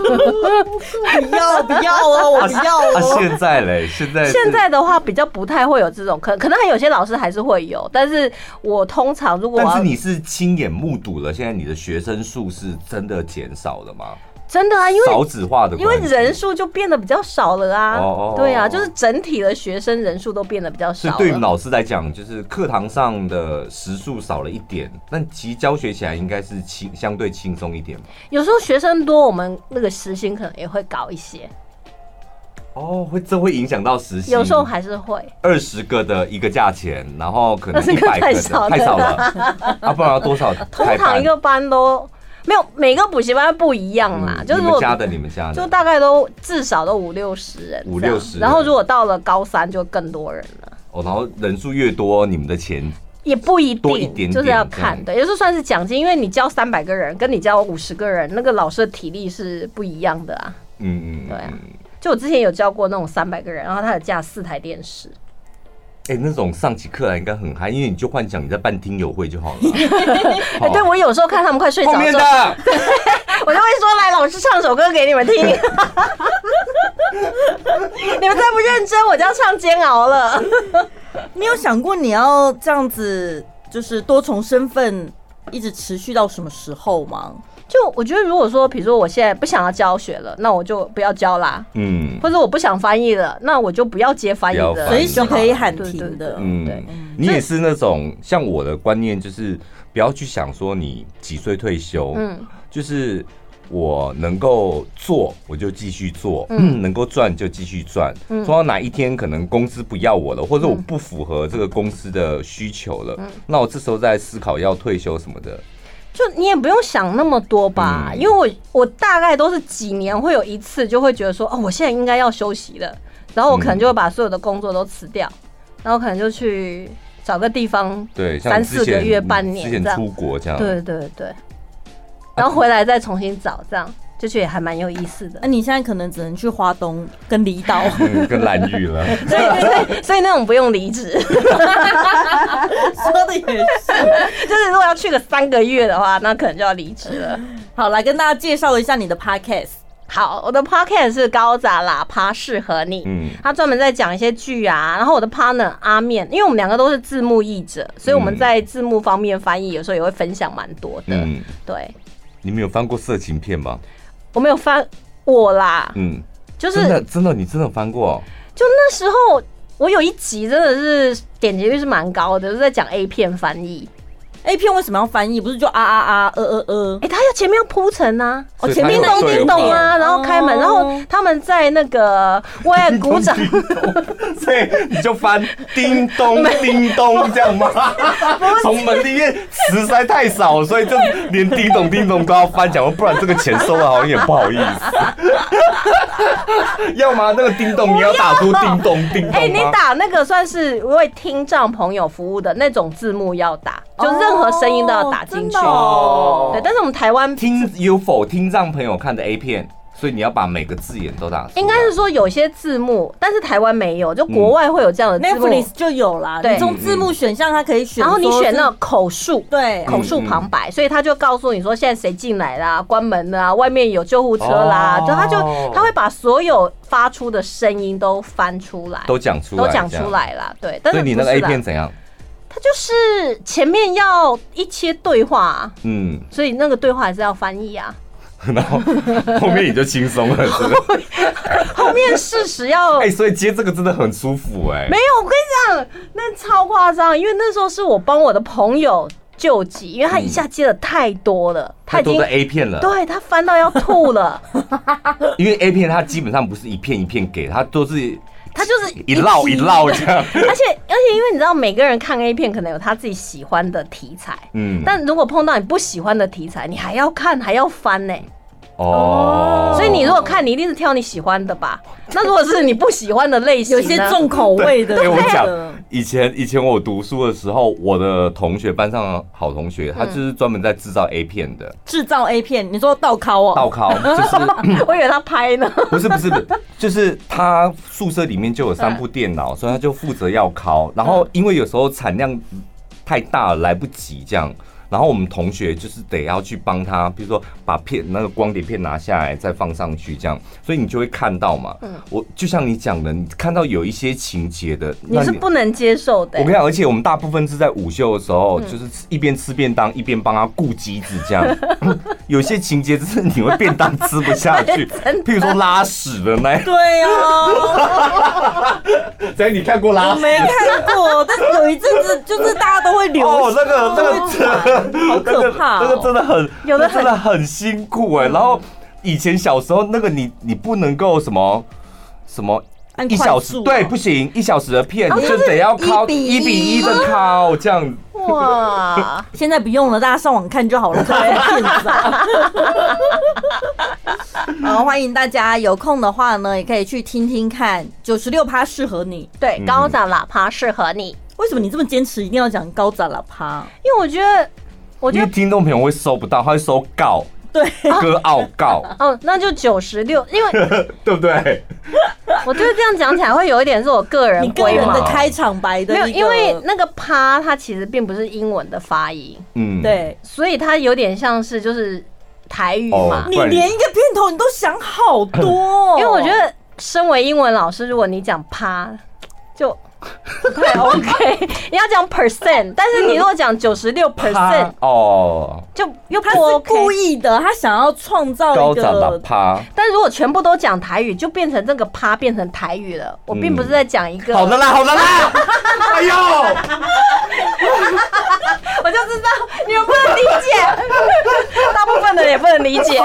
Speaker 2: 不要不要 哦，我不要
Speaker 1: 啊，
Speaker 2: 哦。
Speaker 1: 现在嘞，现在是
Speaker 3: 现在的话比较不太会有这种，可可能还有些老师还是会有，但是我通常如果我
Speaker 1: 但
Speaker 3: 要
Speaker 1: 是你是亲眼目睹了，现在你的学生数是真的减少了吗？
Speaker 3: 真的啊，因为
Speaker 1: 少子化的
Speaker 3: 因为
Speaker 1: 关系
Speaker 3: 人，数就变得比较少了啊，
Speaker 1: 哦哦
Speaker 3: 对啊，
Speaker 1: 哦
Speaker 3: 就是整体的学生人数都变得比较
Speaker 1: 所以
Speaker 3: 少了。
Speaker 1: 对于老师来讲，就是课堂上的时数少了一点，但其实教学起来应该是轻相对轻松一点嘛。
Speaker 3: 有时候学生多，我们那个时薪可能也会高一些，
Speaker 1: 哦，会这会影响到实习，
Speaker 3: 有时候还是会。
Speaker 1: 二十个的一个价钱，然后可能
Speaker 3: 20
Speaker 1: 一
Speaker 3: 个
Speaker 1: 百个
Speaker 3: 太少了
Speaker 1: 的太少 了，啊，不然要多少？
Speaker 3: 通
Speaker 1: 开
Speaker 3: 常
Speaker 1: 班
Speaker 3: 一个班都没有，每个补习班不一样啦，
Speaker 1: 嗯
Speaker 3: 就是
Speaker 1: 你
Speaker 3: 如
Speaker 1: 们
Speaker 3: 果
Speaker 1: 家的，你们家的，
Speaker 3: 就大概都至少都五六十人这样，
Speaker 1: 五六十人
Speaker 3: 然后如果到了高三就更多人了。
Speaker 1: 哦，然后人数越多，你们的钱
Speaker 3: 也不一定，
Speaker 1: 多一点点嗯
Speaker 3: 就是要
Speaker 1: 这
Speaker 3: 看
Speaker 1: 样
Speaker 3: 对，有时候算是奖金，因为你教三百个人，跟你教五十个人，那个老师的体力是不一样的啊。
Speaker 1: 嗯嗯，
Speaker 3: 对啊
Speaker 1: 嗯
Speaker 3: 就我之前有教过那种三百个人，然后他有架四台电视，
Speaker 1: 哎、那种上起课来应该很嗨，因为你就幻想你在办听友会就 好了。好
Speaker 3: 哎，对我有时候看他们快睡着
Speaker 1: 哦后
Speaker 3: 的
Speaker 1: 面
Speaker 3: 时
Speaker 1: 的
Speaker 3: 候，我就会说：“来，老师唱首歌给你们听。” 你们再不认真，我就要唱《煎熬》了。
Speaker 2: 你有想过你要这样子，就是多重身份一直持续到什么时候吗？
Speaker 3: 就我觉得，如果说，比如说我现在不想要教学了，那我就不要教啦；
Speaker 1: 嗯
Speaker 3: 或者我不想翻译了，那我就不要接翻译
Speaker 1: 不
Speaker 3: 的，
Speaker 1: 要翻
Speaker 2: 随
Speaker 1: 译
Speaker 2: 时
Speaker 3: 就好
Speaker 2: 可以喊
Speaker 3: 对对
Speaker 2: 停的。
Speaker 3: 对
Speaker 1: 嗯，你也是那种像我的观念，就是不要去想说你几岁退休，
Speaker 3: 嗯，
Speaker 1: 就是我能够做我就继续做，
Speaker 3: 嗯
Speaker 1: 嗯能够赚就继续赚。说到哪一天可能公司不要我了，或者我
Speaker 3: 嗯
Speaker 1: 不符合这个公司的需求了，那我这时候在思考要退休什么的。
Speaker 3: 就你也不用想那么多吧，
Speaker 1: 嗯
Speaker 3: 因为我我大概都是几年会有一次，就会觉得说，哦，我现在应该要休息了，然后我可能就会把所有的工作都辞掉，然后可能就去找个地方，
Speaker 1: 对，像
Speaker 3: 三
Speaker 1: 之
Speaker 3: 四个
Speaker 1: 前
Speaker 3: 月半
Speaker 1: 嗯
Speaker 3: 年
Speaker 1: 之前
Speaker 3: 这样
Speaker 1: 出国这样，
Speaker 3: 对对对，然后回来再重新找，这样就觉得也还蛮有意思的
Speaker 2: 那。你现在可能只能去花东跟离岛。
Speaker 1: 嗯，跟蓝雨了。
Speaker 3: 所以所以所以那种不用离职，
Speaker 2: 说的也是。
Speaker 3: 就是如果要去个三个月的话，那可能就要离 职了。
Speaker 2: 好，来跟大家介绍一下你的 podcast。
Speaker 3: 好，我的 podcast 是高杂喇叭适合你，
Speaker 1: 嗯
Speaker 3: 他专门在讲一些剧啊。然后我的 partner 阿面，因为我们两个都是字幕译者，所以我们
Speaker 1: 嗯
Speaker 3: 在字幕方面翻译有时候也会分享蛮多的。
Speaker 1: 嗯，
Speaker 3: 对，
Speaker 1: 你们有翻过色情片吗？
Speaker 3: 我没有翻我啦，
Speaker 1: 嗯，
Speaker 3: 就是
Speaker 1: 真的真的，你真的翻过哦？
Speaker 3: 就那时候我有一集真的是点击率是蛮高的，就是在讲 A 片翻译。
Speaker 2: A 片为什么要翻译？不是就啊啊啊呃呃呃
Speaker 3: 哎、？他要前面要铺陈啊，
Speaker 1: 所以
Speaker 2: 前面
Speaker 1: 它有
Speaker 2: 那一
Speaker 1: 对
Speaker 2: 叮
Speaker 3: 叮
Speaker 2: 咚
Speaker 3: 咚啊，
Speaker 2: 哦
Speaker 3: 然后开门，然后他们在那 个为爱鼓掌。
Speaker 1: 话， 所以你就翻叮咚叮咚这样吗？从门里面词实在太少，所以就连叮咚叮咚都要翻，讲不然这个钱收了好像也不好意思。 要吗？那个叮咚你要打出叮咚叮咚吗？
Speaker 3: 哎、你打那个算是为听障朋友服务的那种字幕要打，就
Speaker 2: 哦
Speaker 3: 任何声音都要打进
Speaker 2: 真
Speaker 3: 去。
Speaker 2: 的哦
Speaker 3: 对，但是我们台湾
Speaker 1: 听有否听障朋友看的 A 片，所以你要把每个字眼都打出来。
Speaker 3: 应该是说有些字幕，但是台湾没有，就国外会有这样的字幕。
Speaker 2: Netflix 就有啦，
Speaker 3: 对
Speaker 2: 你从字幕选项它可以选
Speaker 3: 然后
Speaker 2: 说是，
Speaker 3: 你选那种口述。
Speaker 2: 对
Speaker 3: 口述旁白，所以他就告诉你说现在谁进来啦，关门啦，外面有救护车啦，
Speaker 1: 哦
Speaker 3: 就他就他会把所有发出的声音都翻出来，
Speaker 1: 都讲出来，
Speaker 3: 都讲出。来啦，对。但
Speaker 1: 所
Speaker 3: 是
Speaker 1: 以你
Speaker 3: 不
Speaker 1: 那个
Speaker 3: 是
Speaker 1: A
Speaker 3: 啦
Speaker 1: 片，怎样？
Speaker 3: 它就是前面要一些对话啊，
Speaker 1: 嗯，
Speaker 3: 所以那个对话还是要翻译啊。
Speaker 1: 然后后面你就轻松了，真的。
Speaker 3: 后面事实要
Speaker 1: 哎、所以接这个真的很舒服哎、
Speaker 3: 哦没有，我跟你讲，那超夸张，因为那时候是我帮我的朋友救急，因为他一下接的太多了，他
Speaker 1: 太
Speaker 3: 已
Speaker 1: 多
Speaker 3: 经
Speaker 1: 的 A 片了，
Speaker 3: 对他翻到要吐 了，
Speaker 1: 因为 A 片它基本上不是一片一片给，它都是
Speaker 3: 他就是
Speaker 1: 一烙一
Speaker 3: 批
Speaker 1: 烙这样。
Speaker 3: 而且而且，因为你知道，每个人看 A 片可能有他自己喜欢的题材，
Speaker 1: 嗯，
Speaker 3: 但如果碰到你不喜欢的题材，你还要看，还要翻呢、
Speaker 1: 哦，
Speaker 3: 所以你如果看，你一定是挑你喜欢的吧？那如果是你不喜欢的类型
Speaker 2: 有
Speaker 3: 呢，
Speaker 2: 些重口味的。
Speaker 1: 对，哎我讲
Speaker 2: 的
Speaker 1: 以前以前我读书的时候，我的同学班上好同学，
Speaker 3: 嗯
Speaker 1: 他就是专门在制造 A 片的，
Speaker 2: 制造 A 片，你说倒拷哦，
Speaker 1: 倒拷就是
Speaker 3: 我以为他拍呢，
Speaker 1: 不是不是不是，就是他宿舍里面就有三部电脑，所以他就负责要拷。然后因为有时候产量太大了来不及这样，然后我们同学就是得要去帮他，比如说把片那个光碟片拿下来再放上去这样，所以你就会看到嘛。
Speaker 3: 嗯
Speaker 1: 我就像你讲的，你看到有一些情节的，
Speaker 3: 你
Speaker 1: 那
Speaker 3: 是不能接受的、
Speaker 1: 我跟你讲，而且我们大部分是在午休的时候，
Speaker 2: 嗯
Speaker 1: 就是一边吃便当一边帮他顾机子这 样。 有些情节就是你会便当吃不下 去，譬如说拉屎的那一
Speaker 2: 对啊，
Speaker 1: 所以你看过拉
Speaker 2: 我
Speaker 1: 屎？
Speaker 2: 没看过，但是有一阵子就是大家都会流
Speaker 1: 哦
Speaker 2: 行，，
Speaker 1: 那个那个真
Speaker 2: 好可怕、哦
Speaker 1: 那个真的很，
Speaker 3: 有的
Speaker 1: 那真的很辛苦
Speaker 2: 嗯
Speaker 1: 哎。然后以前小时候那个你你不能够什么什么。
Speaker 2: 按
Speaker 1: 一
Speaker 2: 快
Speaker 1: 小时
Speaker 2: 速
Speaker 1: 对
Speaker 2: 哦
Speaker 1: 不行，一小时的片
Speaker 2: 哦
Speaker 1: 你就得要
Speaker 2: 就是
Speaker 1: 靠
Speaker 2: 一
Speaker 1: 一
Speaker 2: 比
Speaker 1: 比
Speaker 2: 一
Speaker 1: 一的靠这样。
Speaker 3: 哇，
Speaker 2: 现在不用了，大家上网看就好了。对， 然后欢迎大家有空的话呢，也可以去听听看，九十六趴适合你。
Speaker 3: 对，
Speaker 1: 嗯
Speaker 3: 高涨喇叭适合你，
Speaker 2: 为什么你这么坚持一定要讲高咋啦趴？
Speaker 3: 因为我觉得，我
Speaker 1: 因
Speaker 3: 觉
Speaker 1: 为
Speaker 3: 得。
Speaker 1: 听众朋友会收不到，他会收 告
Speaker 2: 对，
Speaker 1: 割奥告，
Speaker 3: 哦，那就九十六，因为
Speaker 1: 对不对？
Speaker 3: 我觉得这样讲起来会有一点是我个人
Speaker 2: 你个
Speaker 3: 龟
Speaker 2: 人
Speaker 3: 毛
Speaker 2: 的，开场白的
Speaker 3: 没有，
Speaker 2: 一个
Speaker 3: 因为那个趴它其实并不是英文的发音，
Speaker 1: 嗯，
Speaker 2: 对。
Speaker 3: 所以它有点像是就是台语嘛
Speaker 1: 哦。
Speaker 2: 你连一个片头你都想好多哦、
Speaker 3: 因为我觉得，身为英文老师，如果你讲趴，就不太 OK。你 要讲 percent，但是你如果讲九十六 percent，
Speaker 1: 趴哦，
Speaker 3: 就又
Speaker 2: 他
Speaker 3: 不
Speaker 2: 是
Speaker 3: OK。
Speaker 2: 故意的，他想要创造
Speaker 1: 高
Speaker 2: 一
Speaker 1: 涨喇
Speaker 2: 个
Speaker 1: 趴。
Speaker 3: 但如果全部都讲台语，就变成这个趴变成台语了。我并不是在讲一个，
Speaker 1: 嗯好的啦，好的 啦，哎呦，
Speaker 3: 我就知道你们不能理 解，大部分的人也不能理解。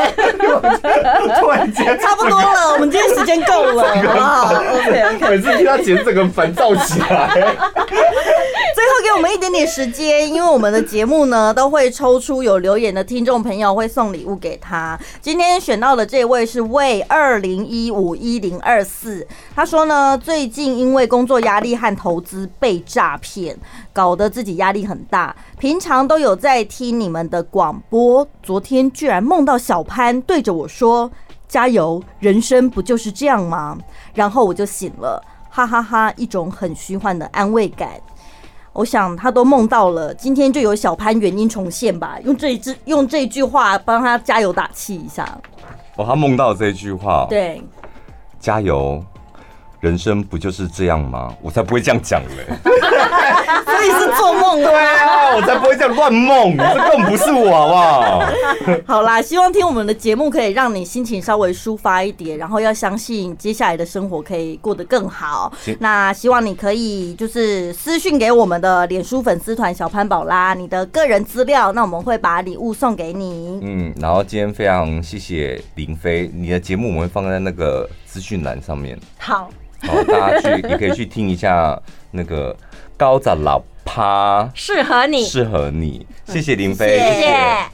Speaker 1: 突然间
Speaker 2: 差不多了，我们今天时间够了，好不好？OK OK。
Speaker 1: 每次听他节目，整个人烦躁起来。
Speaker 2: 最后给我们一点点时间，因为我们的节目呢都会抽出有留言的听众朋友会送礼物给他。今天选到的这位是魏二零一五一零二四，他说呢最近因为工作压力和投资被诈骗，搞得自己压力很大。平常都有在听你们的广播，昨天居然梦到小潘对着我说。加油，人生不就是这样吗？然后我就醒了，哈哈哈一种很虚幻的安慰感。我想他都梦到了，今天就有小潘原音重现吧，用这一句用这一句话帮他加油打气一下。
Speaker 1: 哦，他梦到这句话，，
Speaker 2: 对，
Speaker 1: 加油。人生不就是这样吗？我才不会这样讲嘞！
Speaker 2: 所以是做梦
Speaker 1: 对
Speaker 2: 的。
Speaker 1: 啊，我才不会这样乱梦，这根本不是我，好不好？
Speaker 2: 好啦，希望听我们的节目可以让你心情稍微抒发一点，然后要相信接下来的生活可以过得更好
Speaker 1: 行。
Speaker 2: 那希望你可以就是私讯给我们的脸书粉丝团小潘宝拉你的个人资料，那我们会把礼物送给你。
Speaker 1: 嗯，然后今天非常谢谢林飞，你的节目我们会放在那个资讯栏上面。
Speaker 3: 好，
Speaker 1: 好，大家去也可以去听一下那个高展老趴，
Speaker 3: 适合你，
Speaker 1: 适合你。谢谢林飞，
Speaker 2: 谢谢
Speaker 3: 谢谢。